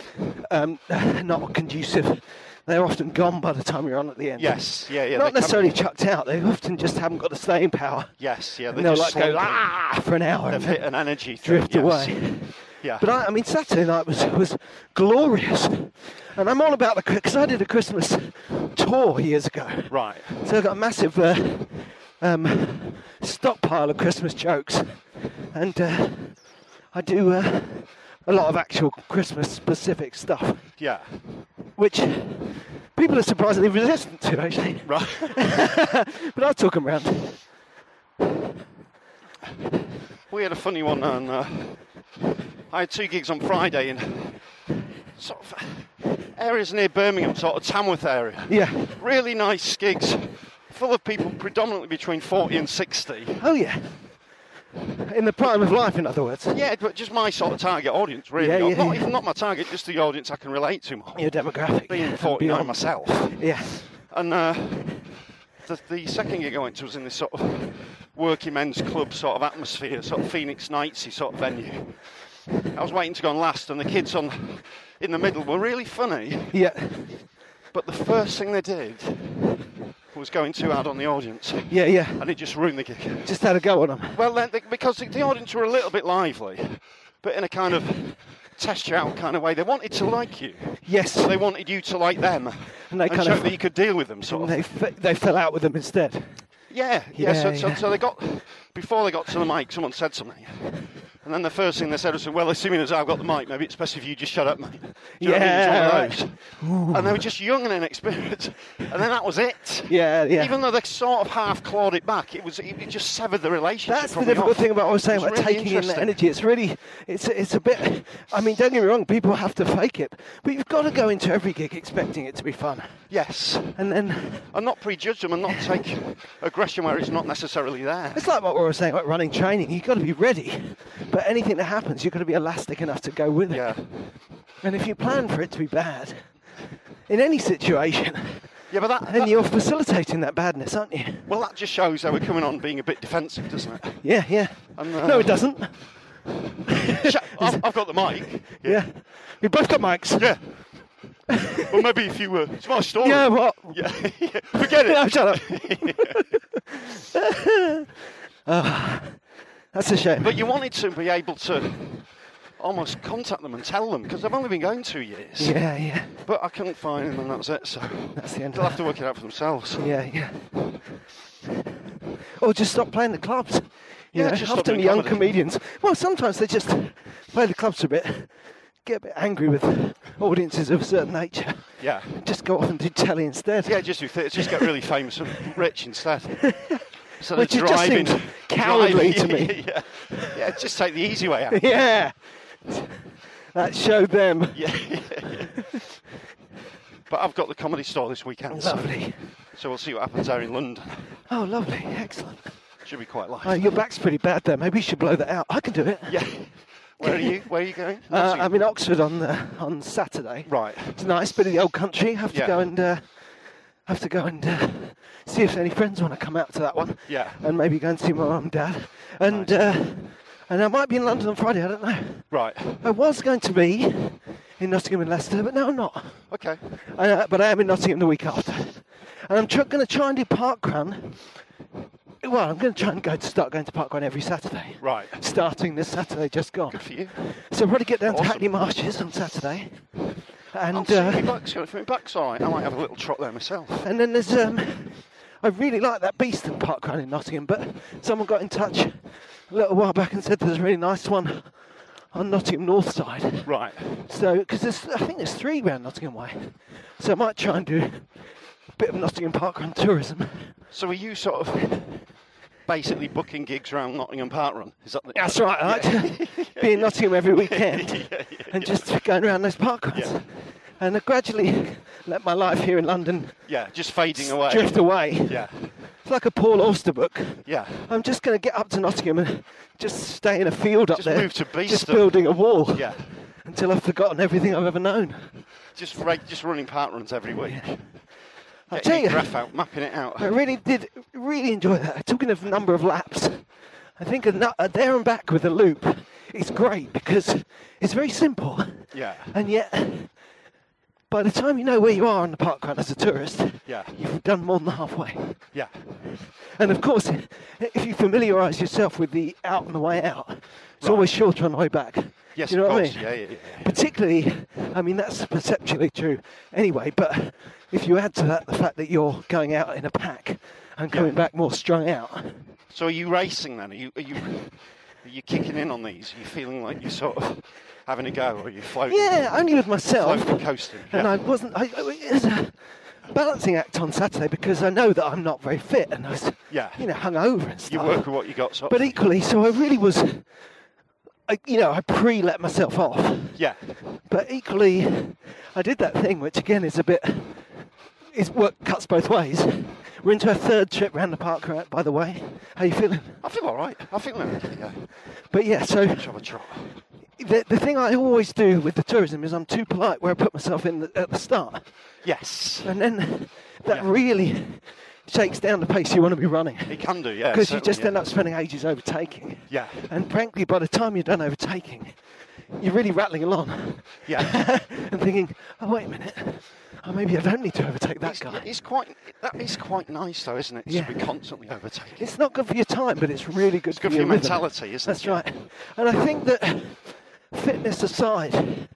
Speaker 2: um, not conducive. They're often gone by the time you're on at the end.
Speaker 3: Yes. Yeah, yeah. they
Speaker 2: Not
Speaker 3: kind
Speaker 2: necessarily
Speaker 3: Of,
Speaker 2: chucked out. They often just haven't got the staying power.
Speaker 3: yes. Yeah.
Speaker 2: And
Speaker 3: They
Speaker 2: they'll like
Speaker 3: just
Speaker 2: go
Speaker 3: slump it.
Speaker 2: ah for an hour
Speaker 3: They've
Speaker 2: and
Speaker 3: hit an energy. thing,
Speaker 2: drift
Speaker 3: yes.
Speaker 2: away.
Speaker 3: Yeah.
Speaker 2: But I, I mean, Saturday night was was glorious, and I'm all about the because I did a Christmas tour years ago,
Speaker 3: Right.
Speaker 2: so I got a massive uh, um, stockpile of Christmas jokes, and uh, I do uh, a lot of actual Christmas specific stuff,
Speaker 3: Yeah.
Speaker 2: which people are surprisingly resistant to actually.
Speaker 3: Right.
Speaker 2: But I'll talk 'em round.
Speaker 3: We had a funny one on. Uh, I had two gigs on Friday in sort of areas near Birmingham, sort of Tamworth area.
Speaker 2: Yeah.
Speaker 3: Really nice gigs, full of people predominantly between 40 and 60.
Speaker 2: Oh yeah. In the prime of life, in other words.
Speaker 3: Yeah, but just my sort of target audience, really.
Speaker 2: Yeah, yeah,
Speaker 3: not
Speaker 2: yeah.
Speaker 3: even not my target, just the audience I can relate to more.
Speaker 2: Your demographic.
Speaker 3: Being
Speaker 2: and
Speaker 3: 49
Speaker 2: beyond.
Speaker 3: myself.
Speaker 2: Yeah.
Speaker 3: And uh, the, the second gig I went to was in this sort of working men's club sort of atmosphere, sort of Phoenix Nightsy sort of venue. I was waiting to go on last, and the kids on in the middle were really funny.
Speaker 2: Yeah.
Speaker 3: But the first thing they did was going too hard on the audience,
Speaker 2: Yeah, yeah.
Speaker 3: and it just ruined the gig.
Speaker 2: Just had a go on them.
Speaker 3: Well, then, the- because the, the audience were a little bit lively, but in a kind of test you out kind of way. They wanted to like you.
Speaker 2: Yes.
Speaker 3: So they wanted you to like them
Speaker 2: And they
Speaker 3: and
Speaker 2: kind
Speaker 3: show
Speaker 2: of-
Speaker 3: that you could deal with them, sort of.
Speaker 2: And they, f- they fell out with them instead.
Speaker 3: Yeah, yeah. so,
Speaker 2: Yeah,
Speaker 3: So,
Speaker 2: yeah.
Speaker 3: so they got before they got to the mic, someone said something, and then the first thing they said was, "Well, assuming as I've got the mic, maybe it's best if you just shut up, mate." Do you know what I mean? It's one of those. And they were just young and inexperienced, and then that was it.
Speaker 2: Yeah, yeah.
Speaker 3: Even though they sort of half clawed it back, it was it, it just severed the relationship.
Speaker 2: That's the
Speaker 3: from
Speaker 2: difficult
Speaker 3: off.
Speaker 2: thing about what I was saying
Speaker 3: It was
Speaker 2: about
Speaker 3: really
Speaker 2: taking in that
Speaker 3: interesting.
Speaker 2: energy. It's really, it's it's a bit. I mean, don't get me wrong. People have to fake it, but you've got to go into every gig expecting it to be fun,
Speaker 3: Yes,
Speaker 2: and then
Speaker 3: and not prejudge them, and not take aggression where it's not necessarily there.
Speaker 2: it's like what we were saying about running training. You've got to be ready, but anything that happens, you've got to be elastic enough to go with it.
Speaker 3: Yeah,
Speaker 2: And if you plan for it to be bad, in any situation,
Speaker 3: yeah, but that,
Speaker 2: then
Speaker 3: that
Speaker 2: you're facilitating that badness, aren't you?
Speaker 3: well, that just shows they were coming on being a bit defensive, doesn't it?
Speaker 2: Yeah, yeah.
Speaker 3: And, uh,
Speaker 2: no, it doesn't.
Speaker 3: Shut- I've, I've got the mic.
Speaker 2: Yeah. we both got mics.
Speaker 3: Yeah. well, maybe if you were. It's my story.
Speaker 2: Yeah, what?
Speaker 3: Yeah. Forget it.
Speaker 2: No, shut up. Ah, that's a shame.
Speaker 3: But you wanted to be able to almost contact them and tell them because they've only been going two years.
Speaker 2: Yeah, yeah.
Speaker 3: But I couldn't find them, and that's it. So
Speaker 2: That's the end.
Speaker 3: they'll
Speaker 2: of
Speaker 3: have to work it out for themselves.
Speaker 2: that. Yeah, yeah. Or just stop playing the clubs. You know,
Speaker 3: Yeah, just stop
Speaker 2: often
Speaker 3: doing
Speaker 2: young
Speaker 3: comedy.
Speaker 2: comedians. Well, sometimes they just play the clubs a bit, get a bit angry with audiences of a certain nature,
Speaker 3: Yeah.
Speaker 2: just go off and do telly instead.
Speaker 3: Yeah, just do th- just get really famous and rich instead. So
Speaker 2: Which
Speaker 3: they're
Speaker 2: it just
Speaker 3: driving,
Speaker 2: seems cowardly to
Speaker 3: driving-
Speaker 2: me.
Speaker 3: yeah. yeah, just take the easy way out.
Speaker 2: Yeah. That showed them.
Speaker 3: Yeah. but I've got the comedy store this weekend. so-
Speaker 2: Lovely.
Speaker 3: So we'll see what happens there in London.
Speaker 2: Oh, lovely. Excellent.
Speaker 3: Should be quite live.
Speaker 2: Oh, your back's pretty bad there. Maybe you should blow that out. I can do it.
Speaker 3: yeah. Where are you? Where are you going?
Speaker 2: Uh,
Speaker 3: Nottingham.
Speaker 2: I'm in Oxford on the, on Saturday.
Speaker 3: Right.
Speaker 2: It's a nice bit of the old country. Have to
Speaker 3: Yeah.
Speaker 2: go and uh, have to go and uh, see if any friends want to come out to that one.
Speaker 3: Yeah.
Speaker 2: And maybe go and see my mum and dad. And uh, and I might be in London on Friday. I don't know.
Speaker 3: Right.
Speaker 2: I was going to be in Nottingham and Leicester, but no, I'm not.
Speaker 3: Okay.
Speaker 2: Uh, but I am in Nottingham the week after, and I'm tr- going to try and do parkrun. Well, I'm going to try and go to start going to parkrun every Saturday.
Speaker 3: Right.
Speaker 2: Starting this Saturday, just gone.
Speaker 3: Good for you.
Speaker 2: So I'll probably get down to
Speaker 3: Awesome.
Speaker 2: Hackney Marshes on Saturday,
Speaker 3: I'll
Speaker 2: and
Speaker 3: see if
Speaker 2: uh,
Speaker 3: my back's, if my back's all right, I might have a little trot there myself.
Speaker 2: and then there's um, I really like that Beeston Parkrun in Nottingham, but someone got in touch a little while back and said there's a really nice one on Nottingham North Side.
Speaker 3: Right.
Speaker 2: So because there's I think there's three round Nottingham Way, so I might try and do a bit of Nottingham Parkrun tourism.
Speaker 3: So are you sort of basically booking gigs around Nottingham Park Run? Is that the,
Speaker 2: That's right. I like to be in Nottingham every weekend and just going around those parkruns.
Speaker 3: Yeah.
Speaker 2: And I gradually let my life here in London
Speaker 3: Yeah, just fading away.
Speaker 2: drift away.
Speaker 3: Yeah.
Speaker 2: It's like a Paul Auster book.
Speaker 3: Yeah.
Speaker 2: I'm just going to get up to Nottingham and just stay in a field up
Speaker 3: Just
Speaker 2: there.
Speaker 3: move to
Speaker 2: Just
Speaker 3: Beeston.
Speaker 2: building a wall.
Speaker 3: Yeah.
Speaker 2: Until I've forgotten everything I've ever known.
Speaker 3: Just reg- just running park runs every week.
Speaker 2: I'll
Speaker 3: Get
Speaker 2: tell
Speaker 3: your
Speaker 2: you. Uh,
Speaker 3: graph out, mapping it out.
Speaker 2: I really did, really enjoy that. Talking of number of laps, I think a, nu- a there and back with a loop is great because it's very simple.
Speaker 3: Yeah.
Speaker 2: And yet, by the time you know where you are on the park run as a tourist,
Speaker 3: Yeah.
Speaker 2: you've done more than halfway.
Speaker 3: Yeah.
Speaker 2: And of course, if you familiarise yourself with the out and the way out, it's
Speaker 3: Right.
Speaker 2: always shorter on the way back.
Speaker 3: Yes,
Speaker 2: Do you know
Speaker 3: of
Speaker 2: what I
Speaker 3: course.
Speaker 2: mean?
Speaker 3: Yeah, yeah, yeah, yeah.
Speaker 2: Particularly, I mean, that's perceptually true anyway, but if you add to that the fact that you're going out in a pack and coming back more strung out,
Speaker 3: So are you racing then? Are you are you are you kicking in on these? Are you feeling like you're sort of having a go, or are you floating?
Speaker 2: yeah, only with myself.
Speaker 3: Floating, coasting,
Speaker 2: And
Speaker 3: yeah.
Speaker 2: I wasn't, I, I- it was a balancing act on Saturday because I know that I'm not very fit and I was,
Speaker 3: Yeah.
Speaker 2: you know, hungover and stuff.
Speaker 3: You work with what you got, sort
Speaker 2: But
Speaker 3: of.
Speaker 2: equally, so I really was, I, you know, I pre let myself off.
Speaker 3: yeah,
Speaker 2: But equally, I did that thing, which again is a bit, is what cuts both ways. We're into our third trip round the park, right, by the way. How you feeling?
Speaker 3: I feel all right. I feel okay. Yeah,
Speaker 2: But yeah, so
Speaker 3: Let's have a trot.
Speaker 2: the, the thing I always do with the tourism is I'm too polite where I put myself in the, at the start.
Speaker 3: Yes,
Speaker 2: And then that
Speaker 3: Yeah.
Speaker 2: really shakes down the pace you want to be running.
Speaker 3: it can do. Yeah,
Speaker 2: Because you
Speaker 3: certainly,
Speaker 2: just
Speaker 3: yeah.
Speaker 2: end up spending ages overtaking.
Speaker 3: Yeah.
Speaker 2: And frankly, by the time you're done overtaking, you're really rattling along
Speaker 3: Yeah,
Speaker 2: and thinking, oh, wait a minute, Oh, maybe I don't need to overtake that
Speaker 3: it's,
Speaker 2: guy.
Speaker 3: it's quite that is quite nice though, isn't it? To
Speaker 2: Yeah.
Speaker 3: be constantly overtaken.
Speaker 2: It's not good for your time, but it's really good,
Speaker 3: It's good for your
Speaker 2: rhythm.
Speaker 3: mentality, isn't
Speaker 2: That's
Speaker 3: it?
Speaker 2: right. And I think that fitness aside,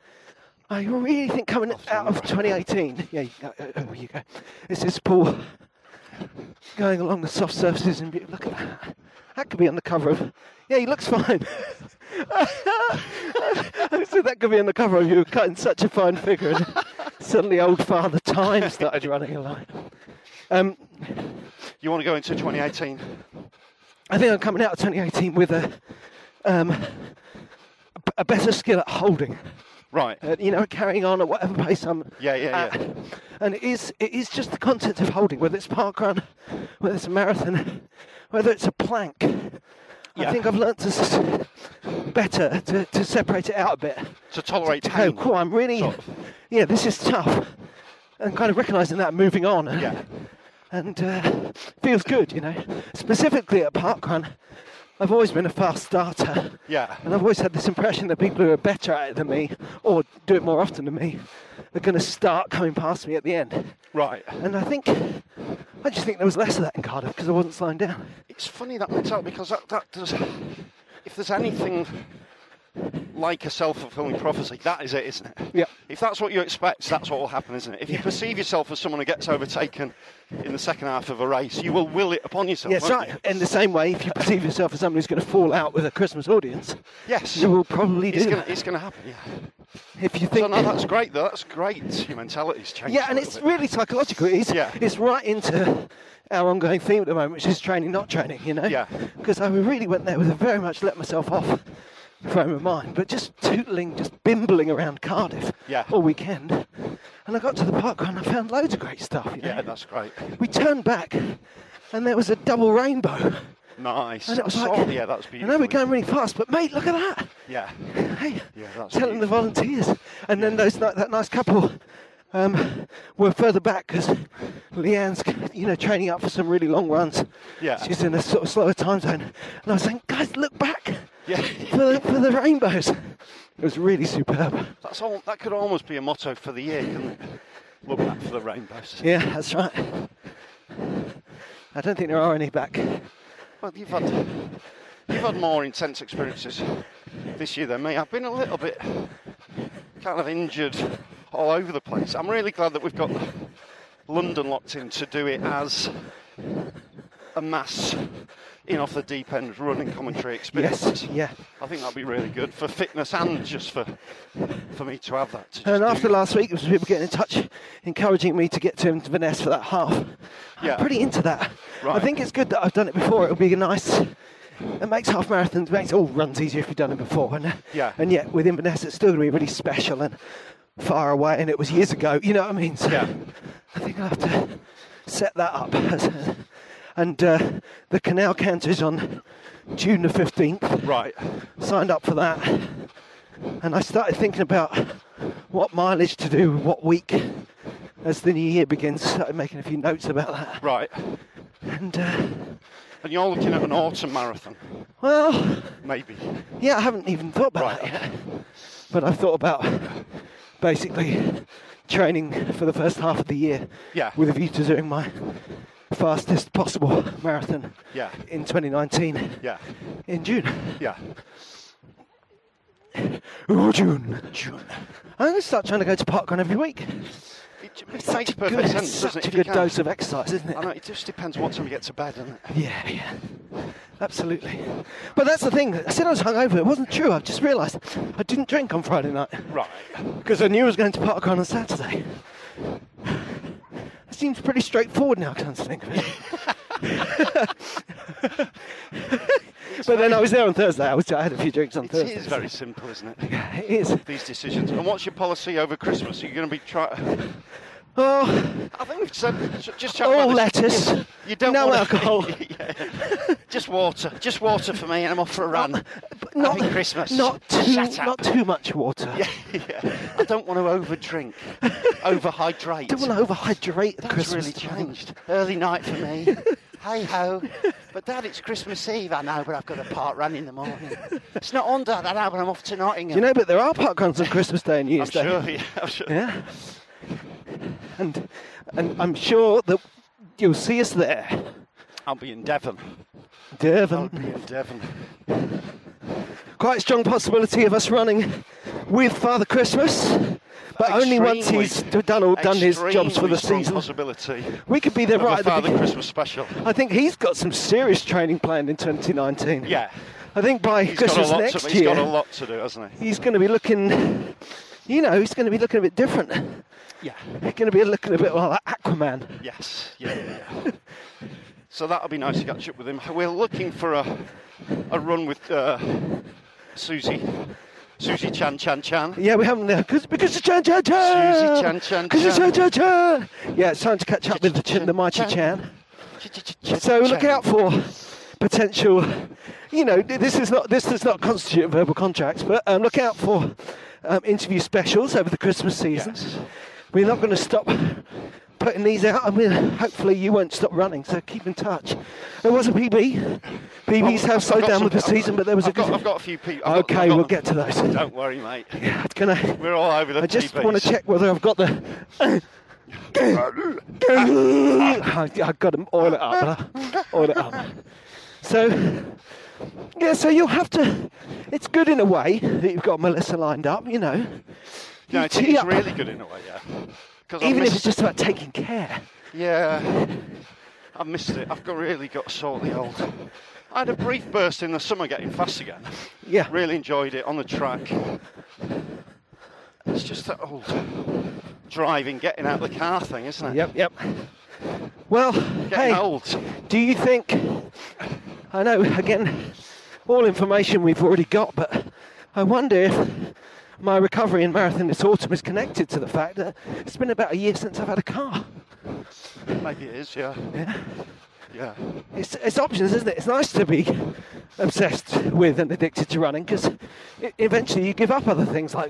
Speaker 2: I really think coming
Speaker 3: Off to
Speaker 2: out
Speaker 3: the
Speaker 2: of
Speaker 3: right.
Speaker 2: 2018, yeah, you- uh, uh, where you go. It's this ball going along the soft surfaces and be- look at that. That could be on the cover of. Yeah, he looks fine. so that could be on the cover of you cutting such a fine figure, and suddenly old Father Time started running along. Um,
Speaker 3: You want to go into 2018?
Speaker 2: I think I'm coming out of 2018 with a um, a b- a better skill at holding,
Speaker 3: Right.
Speaker 2: uh, you know, carrying on at whatever pace I'm.
Speaker 3: Yeah, yeah,
Speaker 2: at.
Speaker 3: yeah.
Speaker 2: And it is it is just the concept of holding, whether it's parkrun, whether it's a marathon, whether it's a plank. I
Speaker 3: Yeah.
Speaker 2: think I've learnt to s- better to, to separate it out a bit.
Speaker 3: To tolerate
Speaker 2: To go,
Speaker 3: pain.
Speaker 2: cool, I'm really,
Speaker 3: sort of.
Speaker 2: yeah, this is tough, and kind of recognising that, and moving on.
Speaker 3: Yeah.
Speaker 2: and uh, feels good, you know. Specifically at parkrun, I've always been a fast starter.
Speaker 3: Yeah.
Speaker 2: And I've always had this impression that people who are better at it than me, or do it more often than me, are going to start coming past me at the end.
Speaker 3: Right.
Speaker 2: And I think, I just think there was less of that in Cardiff because I wasn't slowing down.
Speaker 3: It's funny that mentality because that, that does. If there's anything like a self-fulfilling prophecy, that is it, isn't it?
Speaker 2: Yeah.
Speaker 3: If that's what you expect, that's what will happen, isn't it? If you perceive yourself as someone who gets overtaken in the second half of a race, you will will it upon yourself.
Speaker 2: Yes,
Speaker 3: won't
Speaker 2: right.
Speaker 3: you?
Speaker 2: In the same way, if you perceive yourself as someone who's going to fall out with a Christmas audience,
Speaker 3: Yes.
Speaker 2: you will probably do
Speaker 3: It's gonna,
Speaker 2: that.
Speaker 3: it's gonna happen. Yeah.
Speaker 2: if you
Speaker 3: So
Speaker 2: think
Speaker 3: no, that's great though. That's great. Your mentality's changed.
Speaker 2: Yeah,
Speaker 3: a
Speaker 2: and
Speaker 3: little
Speaker 2: it's
Speaker 3: bit.
Speaker 2: really psychological. It's,
Speaker 3: Yeah.
Speaker 2: it's right into our ongoing theme at the moment, which is training, not training, you know?
Speaker 3: Yeah.
Speaker 2: Because I really went there with a very much let myself off frame of mind, but just tootling, just bimbling around Cardiff
Speaker 3: Yeah.
Speaker 2: all weekend. And I got to the park and I found loads of great stuff. You know?
Speaker 3: Yeah, that's great.
Speaker 2: We turned back and there was a double rainbow.
Speaker 3: Nice.
Speaker 2: And it was
Speaker 3: I
Speaker 2: like,
Speaker 3: saw- yeah, that's
Speaker 2: I
Speaker 3: beautiful.
Speaker 2: know we're going really fast, but mate, look at that.
Speaker 3: Yeah.
Speaker 2: Hey,
Speaker 3: Yeah, that's
Speaker 2: telling the
Speaker 3: beautiful.
Speaker 2: volunteers. And then those ni- that nice couple um, were further back because Leanne's, you know, training up for some really long runs.
Speaker 3: Yeah.
Speaker 2: She's in a sort of slower time zone. And I was saying, guys, look back
Speaker 3: Yeah.
Speaker 2: for, the, for the rainbows. It was really superb.
Speaker 3: That's all. That could almost be a motto for the year, couldn't it? Look back for the rainbows.
Speaker 2: Yeah, that's right. I don't think there are any back.
Speaker 3: Well, you've had you've had more intense experiences this year than me. I've been a little bit kind of injured all over the place. I'm really glad that we've got London locked in to do it as a mass in off the deep end running commentary experience.
Speaker 2: Yes, yeah.
Speaker 3: I think that'd be really good for fitness and just for for me to have that. to
Speaker 2: And
Speaker 3: just
Speaker 2: after
Speaker 3: do.
Speaker 2: last week, there was people getting in touch, encouraging me to get to Inverness for that half.
Speaker 3: Yeah.
Speaker 2: I'm pretty into that. I
Speaker 3: Right.
Speaker 2: think it's good that I've done it before. It'll be nice. It makes half marathons, makes all runs easier if you've done it before. And,
Speaker 3: Yeah.
Speaker 2: and yet, with Inverness, it's still going to be really special and far away, and it was years ago. You know what I mean? So
Speaker 3: Yeah.
Speaker 2: I think I'll have to set that up. as a- and uh, the Canal Canter is on June the 15th
Speaker 3: right,
Speaker 2: signed up for that and I started thinking about what mileage to do what week as the new year begins. Started making a few notes about that.
Speaker 3: right,
Speaker 2: And uh,
Speaker 3: and you're looking at an autumn marathon,
Speaker 2: well,
Speaker 3: maybe.
Speaker 2: yeah, I haven't even thought about
Speaker 3: Right.
Speaker 2: that yet. But I've thought about basically training for the first half of the year
Speaker 3: Yeah.
Speaker 2: with a view to doing my fastest possible marathon
Speaker 3: Yeah.
Speaker 2: in 2019
Speaker 3: Yeah,
Speaker 2: in June.
Speaker 3: yeah,
Speaker 2: Oh, June. June. I'm going to start trying to go to parkrun every week.
Speaker 3: it,
Speaker 2: It's
Speaker 3: it
Speaker 2: such
Speaker 3: makes
Speaker 2: a
Speaker 3: perfect
Speaker 2: good,
Speaker 3: sense,
Speaker 2: such
Speaker 3: doesn't it?
Speaker 2: a
Speaker 3: if you
Speaker 2: good
Speaker 3: can.
Speaker 2: dose of exercise, isn't it?
Speaker 3: I know it just depends what time you get to bed, doesn't it?
Speaker 2: Yeah, yeah. Absolutely. But that's the thing. I said I was hungover. It wasn't true. I've just realised I didn't drink on Friday night
Speaker 3: Right.
Speaker 2: because I knew I was going to parkrun on Saturday. That seems pretty straightforward now, come to think of it. but then I was there on Thursday. I, was, I had a few drinks on
Speaker 3: It
Speaker 2: Thursday.
Speaker 3: is very simple, isn't it?
Speaker 2: It is.
Speaker 3: These decisions. And what's your policy over Christmas? Are you going to be trying?
Speaker 2: Oh,
Speaker 3: I think we've said ju- just chat
Speaker 2: all
Speaker 3: about this.
Speaker 2: lettuce.
Speaker 3: You, you don't
Speaker 2: no
Speaker 3: want
Speaker 2: alcohol.
Speaker 3: Just water. Just water for me, and I'm off for a run.
Speaker 2: But not
Speaker 3: Happy Christmas.
Speaker 2: Not too,
Speaker 3: Shut up.
Speaker 2: not too much water.
Speaker 3: yeah. I don't want to overdrink, overhydrate.
Speaker 2: Don't want to overhydrate at
Speaker 3: That's
Speaker 2: Christmas
Speaker 3: really
Speaker 2: time.
Speaker 3: changed. Early night for me. hey ho. But Dad, it's Christmas Eve. I know, but I've got a part run in the morning. It's not on, Dad. I know, but I'm off to Nottingham.
Speaker 2: You know, but there are parkruns on Christmas Day and New Year's
Speaker 3: I'm
Speaker 2: Day.
Speaker 3: sure. Yeah, I'm sure.
Speaker 2: Yeah. and and I'm sure that you'll see us there.
Speaker 3: I'll be in Devon. I'll
Speaker 2: Durban.
Speaker 3: be in Devon.
Speaker 2: Quite a strong possibility of us running with Father Christmas, but only once
Speaker 3: Extremely-
Speaker 2: he's d- done all done his jobs for
Speaker 3: extremely
Speaker 2: the
Speaker 3: strong
Speaker 2: season.
Speaker 3: Possibility.
Speaker 2: We could be there
Speaker 3: of
Speaker 2: right
Speaker 3: a
Speaker 2: at the
Speaker 3: Father
Speaker 2: begin-
Speaker 3: Christmas special.
Speaker 2: I think he's got some serious training planned in 2019.
Speaker 3: Yeah.
Speaker 2: I think by
Speaker 3: He's got, a
Speaker 2: Christmas
Speaker 3: lot
Speaker 2: next
Speaker 3: to, he's
Speaker 2: year,
Speaker 3: got a lot to do, hasn't he?
Speaker 2: he's going to be looking. You know, he's going to be looking a bit different.
Speaker 3: Yeah.
Speaker 2: He's going to be looking a bit like Aquaman.
Speaker 3: Yes. Yeah, yeah, yeah. so that'll be nice to catch up with him. We're looking for a, a run with uh, Susie. Susie Chan Chan Chan.
Speaker 2: Yeah, we haven't there because because it's Chan Chan Chan.
Speaker 3: Susie Chan Chan
Speaker 2: Because it's Chan
Speaker 3: Chan.
Speaker 2: Chan Chan. Yeah, it's time to catch up with the, chin, the mighty Chan. So look out for potential. You know, th- this is not this does not constitute verbal contracts, but um, look out for um, interview specials over the Christmas season.
Speaker 3: Yes.
Speaker 2: We're not going to stop putting these out, and we'll, hopefully you won't stop running. So keep in touch. There was a PB. PBs have slowed
Speaker 3: got
Speaker 2: down with the
Speaker 3: some- I've-
Speaker 2: season, but there was
Speaker 3: I've
Speaker 2: a good.
Speaker 3: got- I've got a few P- I've got-
Speaker 2: Okay,
Speaker 3: I've got
Speaker 2: we'll
Speaker 3: them.
Speaker 2: get to those.
Speaker 3: Don't worry, mate.
Speaker 2: Yeah, it's gonna.
Speaker 3: We're all over the
Speaker 2: I just
Speaker 3: PBs.
Speaker 2: want to check whether I've got the. I, have got to oil it up. uh, Oil it up. So, yeah, so you'll have to. It's good in a way that you've got Melissa lined up, you know.
Speaker 3: No,
Speaker 2: You
Speaker 3: it's,
Speaker 2: tee
Speaker 3: it's
Speaker 2: up,
Speaker 3: really good in a way, yeah. 'Cause I
Speaker 2: Even if
Speaker 3: missed-
Speaker 2: it's just about taking care.
Speaker 3: Yeah, I missed it. I've got really got to sort the old. I had a brief burst in the summer getting fast again.
Speaker 2: Yeah.
Speaker 3: Really enjoyed it on the track. It's just that old driving, getting out the car thing, isn't it?
Speaker 2: Yep, yep. Well,
Speaker 3: Getting
Speaker 2: hey,
Speaker 3: old.
Speaker 2: do you think. I know, again, all information we've already got, but I wonder if my recovery in marathon this autumn is connected to the fact that it's been about a year since I've had a car.
Speaker 3: Maybe it is, yeah.
Speaker 2: Yeah.
Speaker 3: Yeah.
Speaker 2: It's, it's options, isn't it? It's nice to be obsessed with and addicted to running because eventually you give up other things like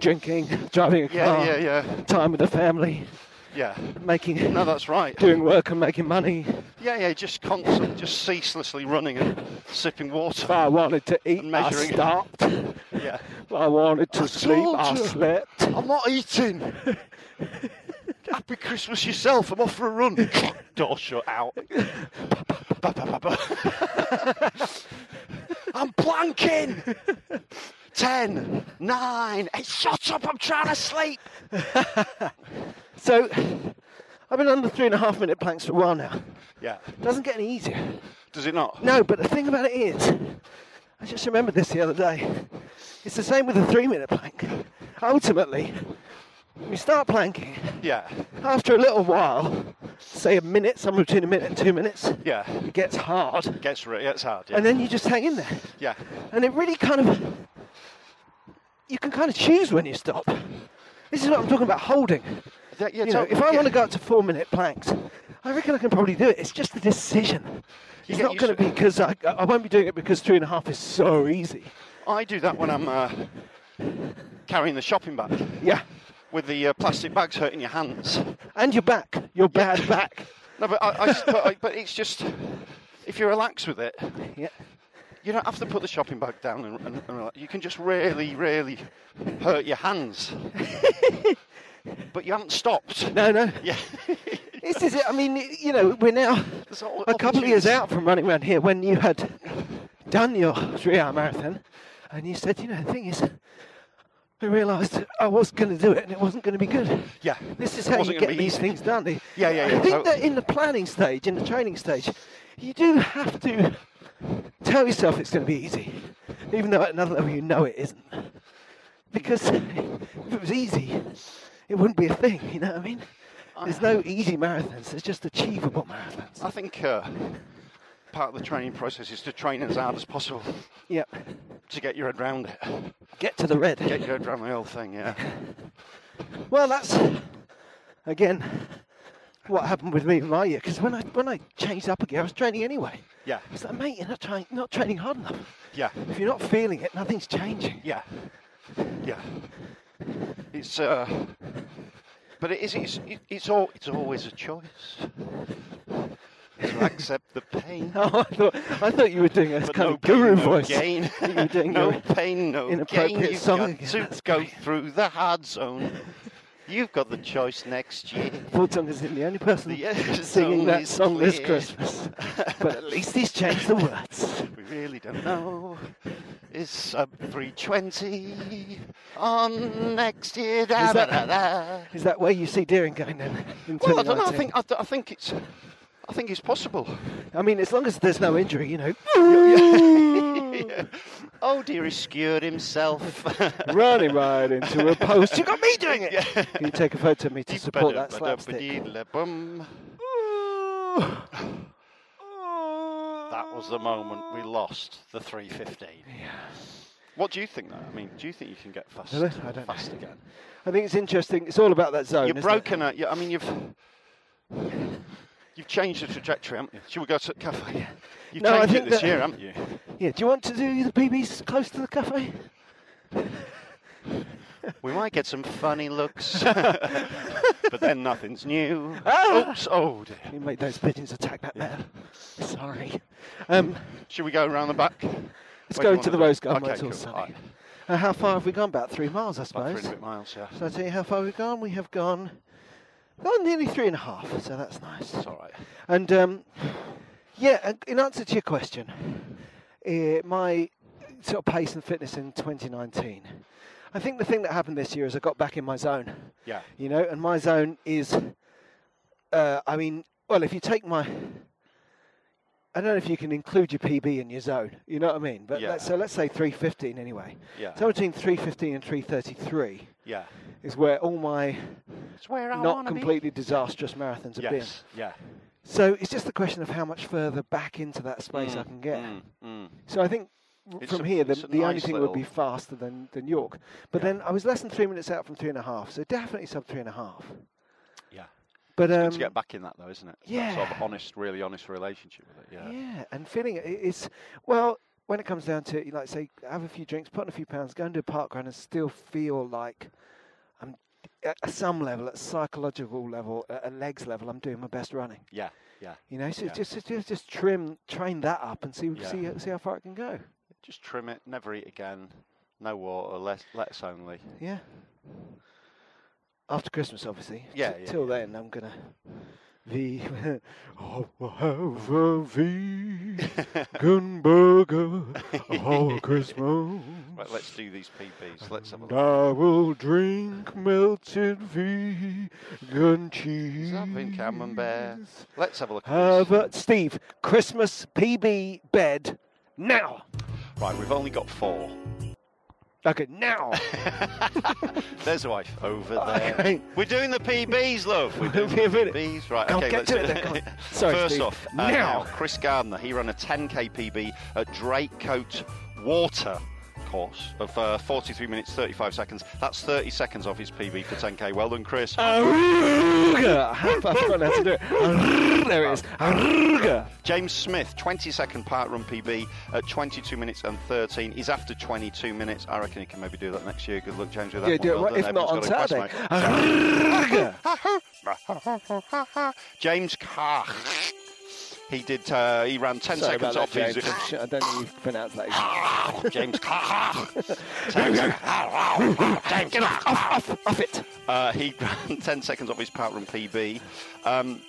Speaker 2: drinking, driving a
Speaker 3: Yeah,
Speaker 2: car,
Speaker 3: yeah, yeah.
Speaker 2: time with the family,
Speaker 3: Yeah.
Speaker 2: making,
Speaker 3: No, that's right.
Speaker 2: doing work and making money.
Speaker 3: Yeah, yeah, just constantly, just ceaselessly running and sipping
Speaker 2: If
Speaker 3: water.
Speaker 2: I wanted to eat,
Speaker 3: And
Speaker 2: I
Speaker 3: measuring-
Speaker 2: stopped. If
Speaker 3: Yeah.
Speaker 2: I wanted to sleep,
Speaker 3: told
Speaker 2: I
Speaker 3: you.
Speaker 2: slept.
Speaker 3: I'm not eating. Happy Christmas yourself. I'm off for a run. Door shut out. Ba, ba, ba, ba. I'm planking. Ten, nine. Hey, shut up! I'm trying to sleep.
Speaker 2: So I've been under three and a half minute planks for a while now.
Speaker 3: Yeah.
Speaker 2: Doesn't get any easier.
Speaker 3: Does it not?
Speaker 2: No, but the thing about it is, I just remembered this the other day. It's the same with the three minute plank. Ultimately, you start planking.
Speaker 3: Yeah.
Speaker 2: After a little while, say a minute, somewhere between a minute and two minutes,
Speaker 3: Yeah.
Speaker 2: it gets hard.
Speaker 3: Gets re- gets hard. Yeah.
Speaker 2: And then you just hang in there.
Speaker 3: yeah.
Speaker 2: And it really kind of, you can kind of choose when you stop. This is what I'm talking about holding.
Speaker 3: Yeah, yeah,
Speaker 2: You know,
Speaker 3: totally,
Speaker 2: if I
Speaker 3: yeah.
Speaker 2: want to go up to four minute planks, I reckon I can probably do it. It's just a decision.
Speaker 3: You
Speaker 2: It's
Speaker 3: get
Speaker 2: not
Speaker 3: used
Speaker 2: going
Speaker 3: to
Speaker 2: to
Speaker 3: it.
Speaker 2: be because I, I won't be doing it because three and a half is so easy.
Speaker 3: I do that when I'm uh, carrying the shopping bag
Speaker 2: Yeah.
Speaker 3: with the uh, plastic bags hurting your hands.
Speaker 2: And your back, your bad back.
Speaker 3: No, but I, I, but, I, but it's just if you relax with it,
Speaker 2: Yeah.
Speaker 3: you don't have to put the shopping bag down and, and, and relax. You can just really, really hurt your hands. but you haven't stopped.
Speaker 2: No, no.
Speaker 3: Yeah.
Speaker 2: This is it. I mean, y- you know, we're now
Speaker 3: There's all
Speaker 2: a couple of years
Speaker 3: opportunities.
Speaker 2: out from running around here when you had done your three hour marathon and you said, you know, the thing is, I realised I was going to do it and it wasn't going to be good.
Speaker 3: Yeah.
Speaker 2: This is
Speaker 3: It
Speaker 2: how
Speaker 3: wasn't
Speaker 2: you
Speaker 3: gonna
Speaker 2: get
Speaker 3: be
Speaker 2: these
Speaker 3: easy.
Speaker 2: things done. I-
Speaker 3: Yeah, yeah, yeah,
Speaker 2: I think
Speaker 3: so-
Speaker 2: that in the planning stage, in the training stage, you do have to tell yourself it's going to be easy, even though at another level you know it isn't. Because if it was easy, it wouldn't be a thing, you know what I mean? There's no easy marathons, there's just achievable marathons.
Speaker 3: I think uh, part of the training process is to train as hard as possible
Speaker 2: Yep.
Speaker 3: to get your head round it.
Speaker 2: Get to the red.
Speaker 3: Get your head round the whole thing, yeah.
Speaker 2: Well, that's again what happened with me in my year. Because when I when I changed up again, I was training anyway.
Speaker 3: Yeah.
Speaker 2: It's like, mate, you're not trying, not training hard enough.
Speaker 3: Yeah.
Speaker 2: If you're not feeling it, nothing's changing.
Speaker 3: Yeah, yeah. It's uh, but it is. It's it's all. It's always a choice to accept the pain.
Speaker 2: Oh, I thought I thought you were doing a
Speaker 3: but
Speaker 2: kind
Speaker 3: no
Speaker 2: of guru
Speaker 3: pain, no
Speaker 2: voice.
Speaker 3: Gain.
Speaker 2: You were doing
Speaker 3: no
Speaker 2: your
Speaker 3: pain, no gain.
Speaker 2: inappropriate
Speaker 3: You've
Speaker 2: song
Speaker 3: got
Speaker 2: again.
Speaker 3: to
Speaker 2: That's
Speaker 3: go
Speaker 2: great.
Speaker 3: through the hard zone. You've got the choice next year.
Speaker 2: Fulton isn't the only person
Speaker 3: The end
Speaker 2: singing
Speaker 3: zone
Speaker 2: that
Speaker 3: is
Speaker 2: song this
Speaker 3: clear.
Speaker 2: Christmas. but at least he's changed the words.
Speaker 3: We really don't know. Is sub 320 on next year? Da,
Speaker 2: Is
Speaker 3: da,
Speaker 2: that-
Speaker 3: da, da.
Speaker 2: Is that where you see Deering going then? In
Speaker 3: Well, I don't know. I
Speaker 2: 2019?
Speaker 3: think I, d- I think it's I think it's possible.
Speaker 2: I mean, as long as there's no injury, you know.
Speaker 3: Oh dear, he skewered himself.
Speaker 2: running right into a post. You got me doing it. Can you take a photo of me to support that slapstick?
Speaker 3: Ba-dum-ba-dum-ba-dee-la-bum. That was the moment we lost the 315. What do you think, though? I mean, do you think you can get fast,
Speaker 2: Really? I don't know.
Speaker 3: fast again?
Speaker 2: I think it's interesting. It's all about that zone.
Speaker 3: You're
Speaker 2: isn't it?
Speaker 3: broken. Out. you- I mean, you've you've changed the trajectory, haven't you? Should we go to the cafe? You've
Speaker 2: No, I
Speaker 3: changed
Speaker 2: think
Speaker 3: it this
Speaker 2: that-
Speaker 3: year, haven't you?
Speaker 2: Yeah. Do you want to do the PBs close to the cafe?
Speaker 3: We might get some funny looks, but then nothing's new.
Speaker 2: Ah!
Speaker 3: Oops! Oh dear.
Speaker 2: You make those pigeons attack that man. Sorry. Um,
Speaker 3: Should we go around the back?
Speaker 2: let's
Speaker 3: Where do you
Speaker 2: go
Speaker 3: wanna
Speaker 2: to the
Speaker 3: do it?
Speaker 2: Rose Garden. where
Speaker 3: Okay,
Speaker 2: it's all sunny.
Speaker 3: cool. Alright.
Speaker 2: Uh, how far have we gone? About three miles, I
Speaker 3: About
Speaker 2: suppose.
Speaker 3: three and a bit miles, yeah.
Speaker 2: So I tell you how far we've gone. We have gone, gone nearly three and a half. So that's nice.
Speaker 3: It's all right.
Speaker 2: And um, yeah, and in answer to your question, eh, my sort of pace and fitness in 2019. I think the thing that happened this year is I got back in my zone.
Speaker 3: Yeah.
Speaker 2: You know, and my zone is, uh, I mean, well, if you take my, I don't know if you can include your PB in your zone. You know what I mean? But
Speaker 3: Yeah.
Speaker 2: let's, so let's say 315 anyway.
Speaker 3: Yeah.
Speaker 2: So between 315 and 333
Speaker 3: Yeah.
Speaker 2: is where all my
Speaker 3: It's where I
Speaker 2: not
Speaker 3: wanna be.
Speaker 2: completely disastrous marathons have been.
Speaker 3: Yes. Yeah.
Speaker 2: So it's just the question of how much further back into that space I can get.
Speaker 3: Mm, mm.
Speaker 2: So I think w-
Speaker 3: It's
Speaker 2: from
Speaker 3: a-
Speaker 2: here, the,
Speaker 3: it's a
Speaker 2: the only
Speaker 3: nice
Speaker 2: thing would be
Speaker 3: little-
Speaker 2: faster than, than York. But then I was less than three minutes out from three and a half, so definitely sub three and a half.
Speaker 3: Yeah.
Speaker 2: But
Speaker 3: It's
Speaker 2: um,
Speaker 3: good to get back in that though, isn't it? That sort of
Speaker 2: yeah.
Speaker 3: honest, really honest relationship with it. Yeah.
Speaker 2: yeah, and feeling it, it's well when it comes down to it, like say have a few drinks, put on a few pounds, go and do a park run, and still feel like I'm at some level, at psychological level, at a legs level, I'm doing my best running.
Speaker 3: Yeah. Yeah.
Speaker 2: You know, so
Speaker 3: Yeah.
Speaker 2: just, just just trim train that up and see
Speaker 3: Yeah.
Speaker 2: see see how far it can go.
Speaker 3: Just trim it. Never eat again. No water. Less. Let's only.
Speaker 2: Yeah. After Christmas, obviously.
Speaker 3: Yeah,
Speaker 2: T-
Speaker 3: yeah,
Speaker 2: till then, I'm gonna be have a vegan burger all Christmas.
Speaker 3: Right. Let's do these PBs. Let's have a
Speaker 2: And
Speaker 3: look.
Speaker 2: I will drink melted vegan cheese.
Speaker 3: Having camembert. Let's have a look. At
Speaker 2: Have
Speaker 3: this.
Speaker 2: a Steve Christmas PB bed now.
Speaker 3: Right. We've only got four.
Speaker 2: Okay, now.
Speaker 3: There's a wife over there.
Speaker 2: Okay.
Speaker 3: We're doing the PBs, love. We're doing
Speaker 2: be a minute.
Speaker 3: PBs, right?
Speaker 2: Come on,
Speaker 3: okay,
Speaker 2: get
Speaker 3: let's
Speaker 2: to
Speaker 3: do
Speaker 2: it then, come on. Sorry,
Speaker 3: First
Speaker 2: Steve.
Speaker 3: off, uh,
Speaker 2: Now.
Speaker 3: now Chris Gardner. He ran a 10k PB at Drakecote Water course of uh, 43 minutes 35 seconds. That's 30 seconds off his PB for 10k. Well done, Chris.
Speaker 2: Aruga. I have- I've forgotten how to do it. Aruga. There it is. Aruga.
Speaker 3: James Smith, 20 second part run PB at 22 minutes and 13. He's after 22 minutes. I reckon he can maybe do that next year. Good luck, James. With that
Speaker 2: Yeah,
Speaker 3: one.
Speaker 2: do it right.
Speaker 3: Well done.
Speaker 2: If not on
Speaker 3: Everyone's got a
Speaker 2: Saturday.
Speaker 3: quest, mate.
Speaker 2: Aruga.
Speaker 3: James Carr. He did. Uh, he ran ten
Speaker 2: Sorry about
Speaker 3: seconds
Speaker 2: that,
Speaker 3: off his.
Speaker 2: James. I'm sure- I don't think you've pronounced that.
Speaker 3: James Carr. Ten sec- James Carr.
Speaker 2: Off, off it.
Speaker 3: Uh, he ran ten seconds off his part run PB. Um,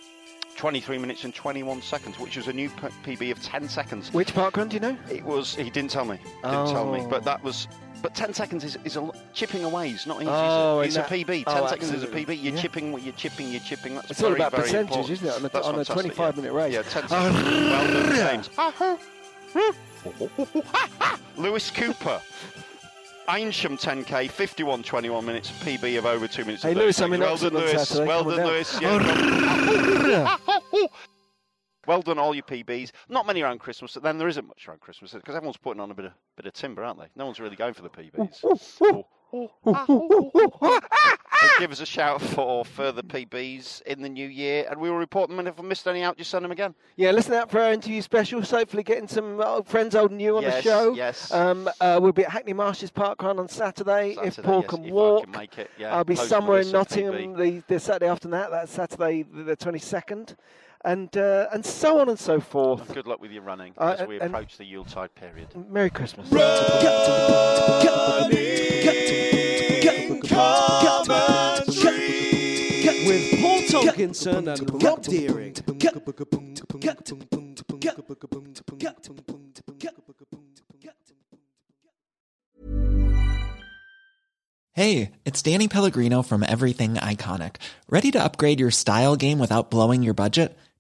Speaker 3: 23 minutes and 21 seconds, which was a new p- PB of 10 seconds.
Speaker 2: Which park run do you know?
Speaker 3: It was. He didn't tell me. Didn't tell me.
Speaker 2: Oh.
Speaker 3: But that was. But ten seconds is, is a lo- chipping away. It's not easy.
Speaker 2: Oh,
Speaker 3: it's a,
Speaker 2: and
Speaker 3: it's a
Speaker 2: that-
Speaker 3: PB.
Speaker 2: oh,
Speaker 3: Ten seconds
Speaker 2: absolutely.
Speaker 3: is a PB. You're
Speaker 2: Yeah.
Speaker 3: chipping. You're chipping. You're chipping. That's
Speaker 2: It's all
Speaker 3: very,
Speaker 2: about
Speaker 3: very
Speaker 2: percentages,
Speaker 3: important.
Speaker 2: isn't it, on a-
Speaker 3: That's
Speaker 2: on a
Speaker 3: fantastic,
Speaker 2: 25
Speaker 3: yeah.
Speaker 2: minute race.
Speaker 3: Yeah, ten seconds. well done, James. Lewis Cooper. Einsham 10k, 51 21 minutes, PB of over two minutes. and
Speaker 2: Hey, Lewis,
Speaker 3: 30
Speaker 2: I'm in
Speaker 3: seconds.
Speaker 2: Oxford
Speaker 3: Well
Speaker 2: on
Speaker 3: done, Lewis.
Speaker 2: Saturday.
Speaker 3: Well
Speaker 2: Come on
Speaker 3: done,
Speaker 2: down.
Speaker 3: Lewis. Yeah, well done, all your PBs. Not many around Christmas, but then there isn't much around Christmas because everyone's putting on a bit of bit of timber, aren't they? No one's really going for the PBs. Oh. So give us a shout for further PBs in the new year, and we will report them. And if I missed any out, just send them again.
Speaker 2: Yeah, listen out for our interview special. So hopefully, getting some old friends, old and new, on the
Speaker 3: Yes,
Speaker 2: show.
Speaker 3: yes.
Speaker 2: Um, uh, we'll be at Hackney Marshes Park Run on Saturday, if
Speaker 3: Saturday,
Speaker 2: Paul
Speaker 3: yes,
Speaker 2: can
Speaker 3: if I can
Speaker 2: walk.
Speaker 3: make it, yeah.
Speaker 2: will be
Speaker 3: Post
Speaker 2: somewhere in
Speaker 3: Lewis and
Speaker 2: Nottingham the, the Saturday after that. That's Saturday the the 22nd, and uh, and so on and so forth.
Speaker 3: Good luck with your running
Speaker 2: Uh,
Speaker 3: as we
Speaker 2: and-
Speaker 3: approach the Yuletide period.
Speaker 2: Merry Christmas.
Speaker 1: Running, come and dream.
Speaker 2: Parkinson and Rob Deering.
Speaker 6: Hey, it's Danny Pellegrino from Everything Iconic. Ready to upgrade your style game without blowing your budget?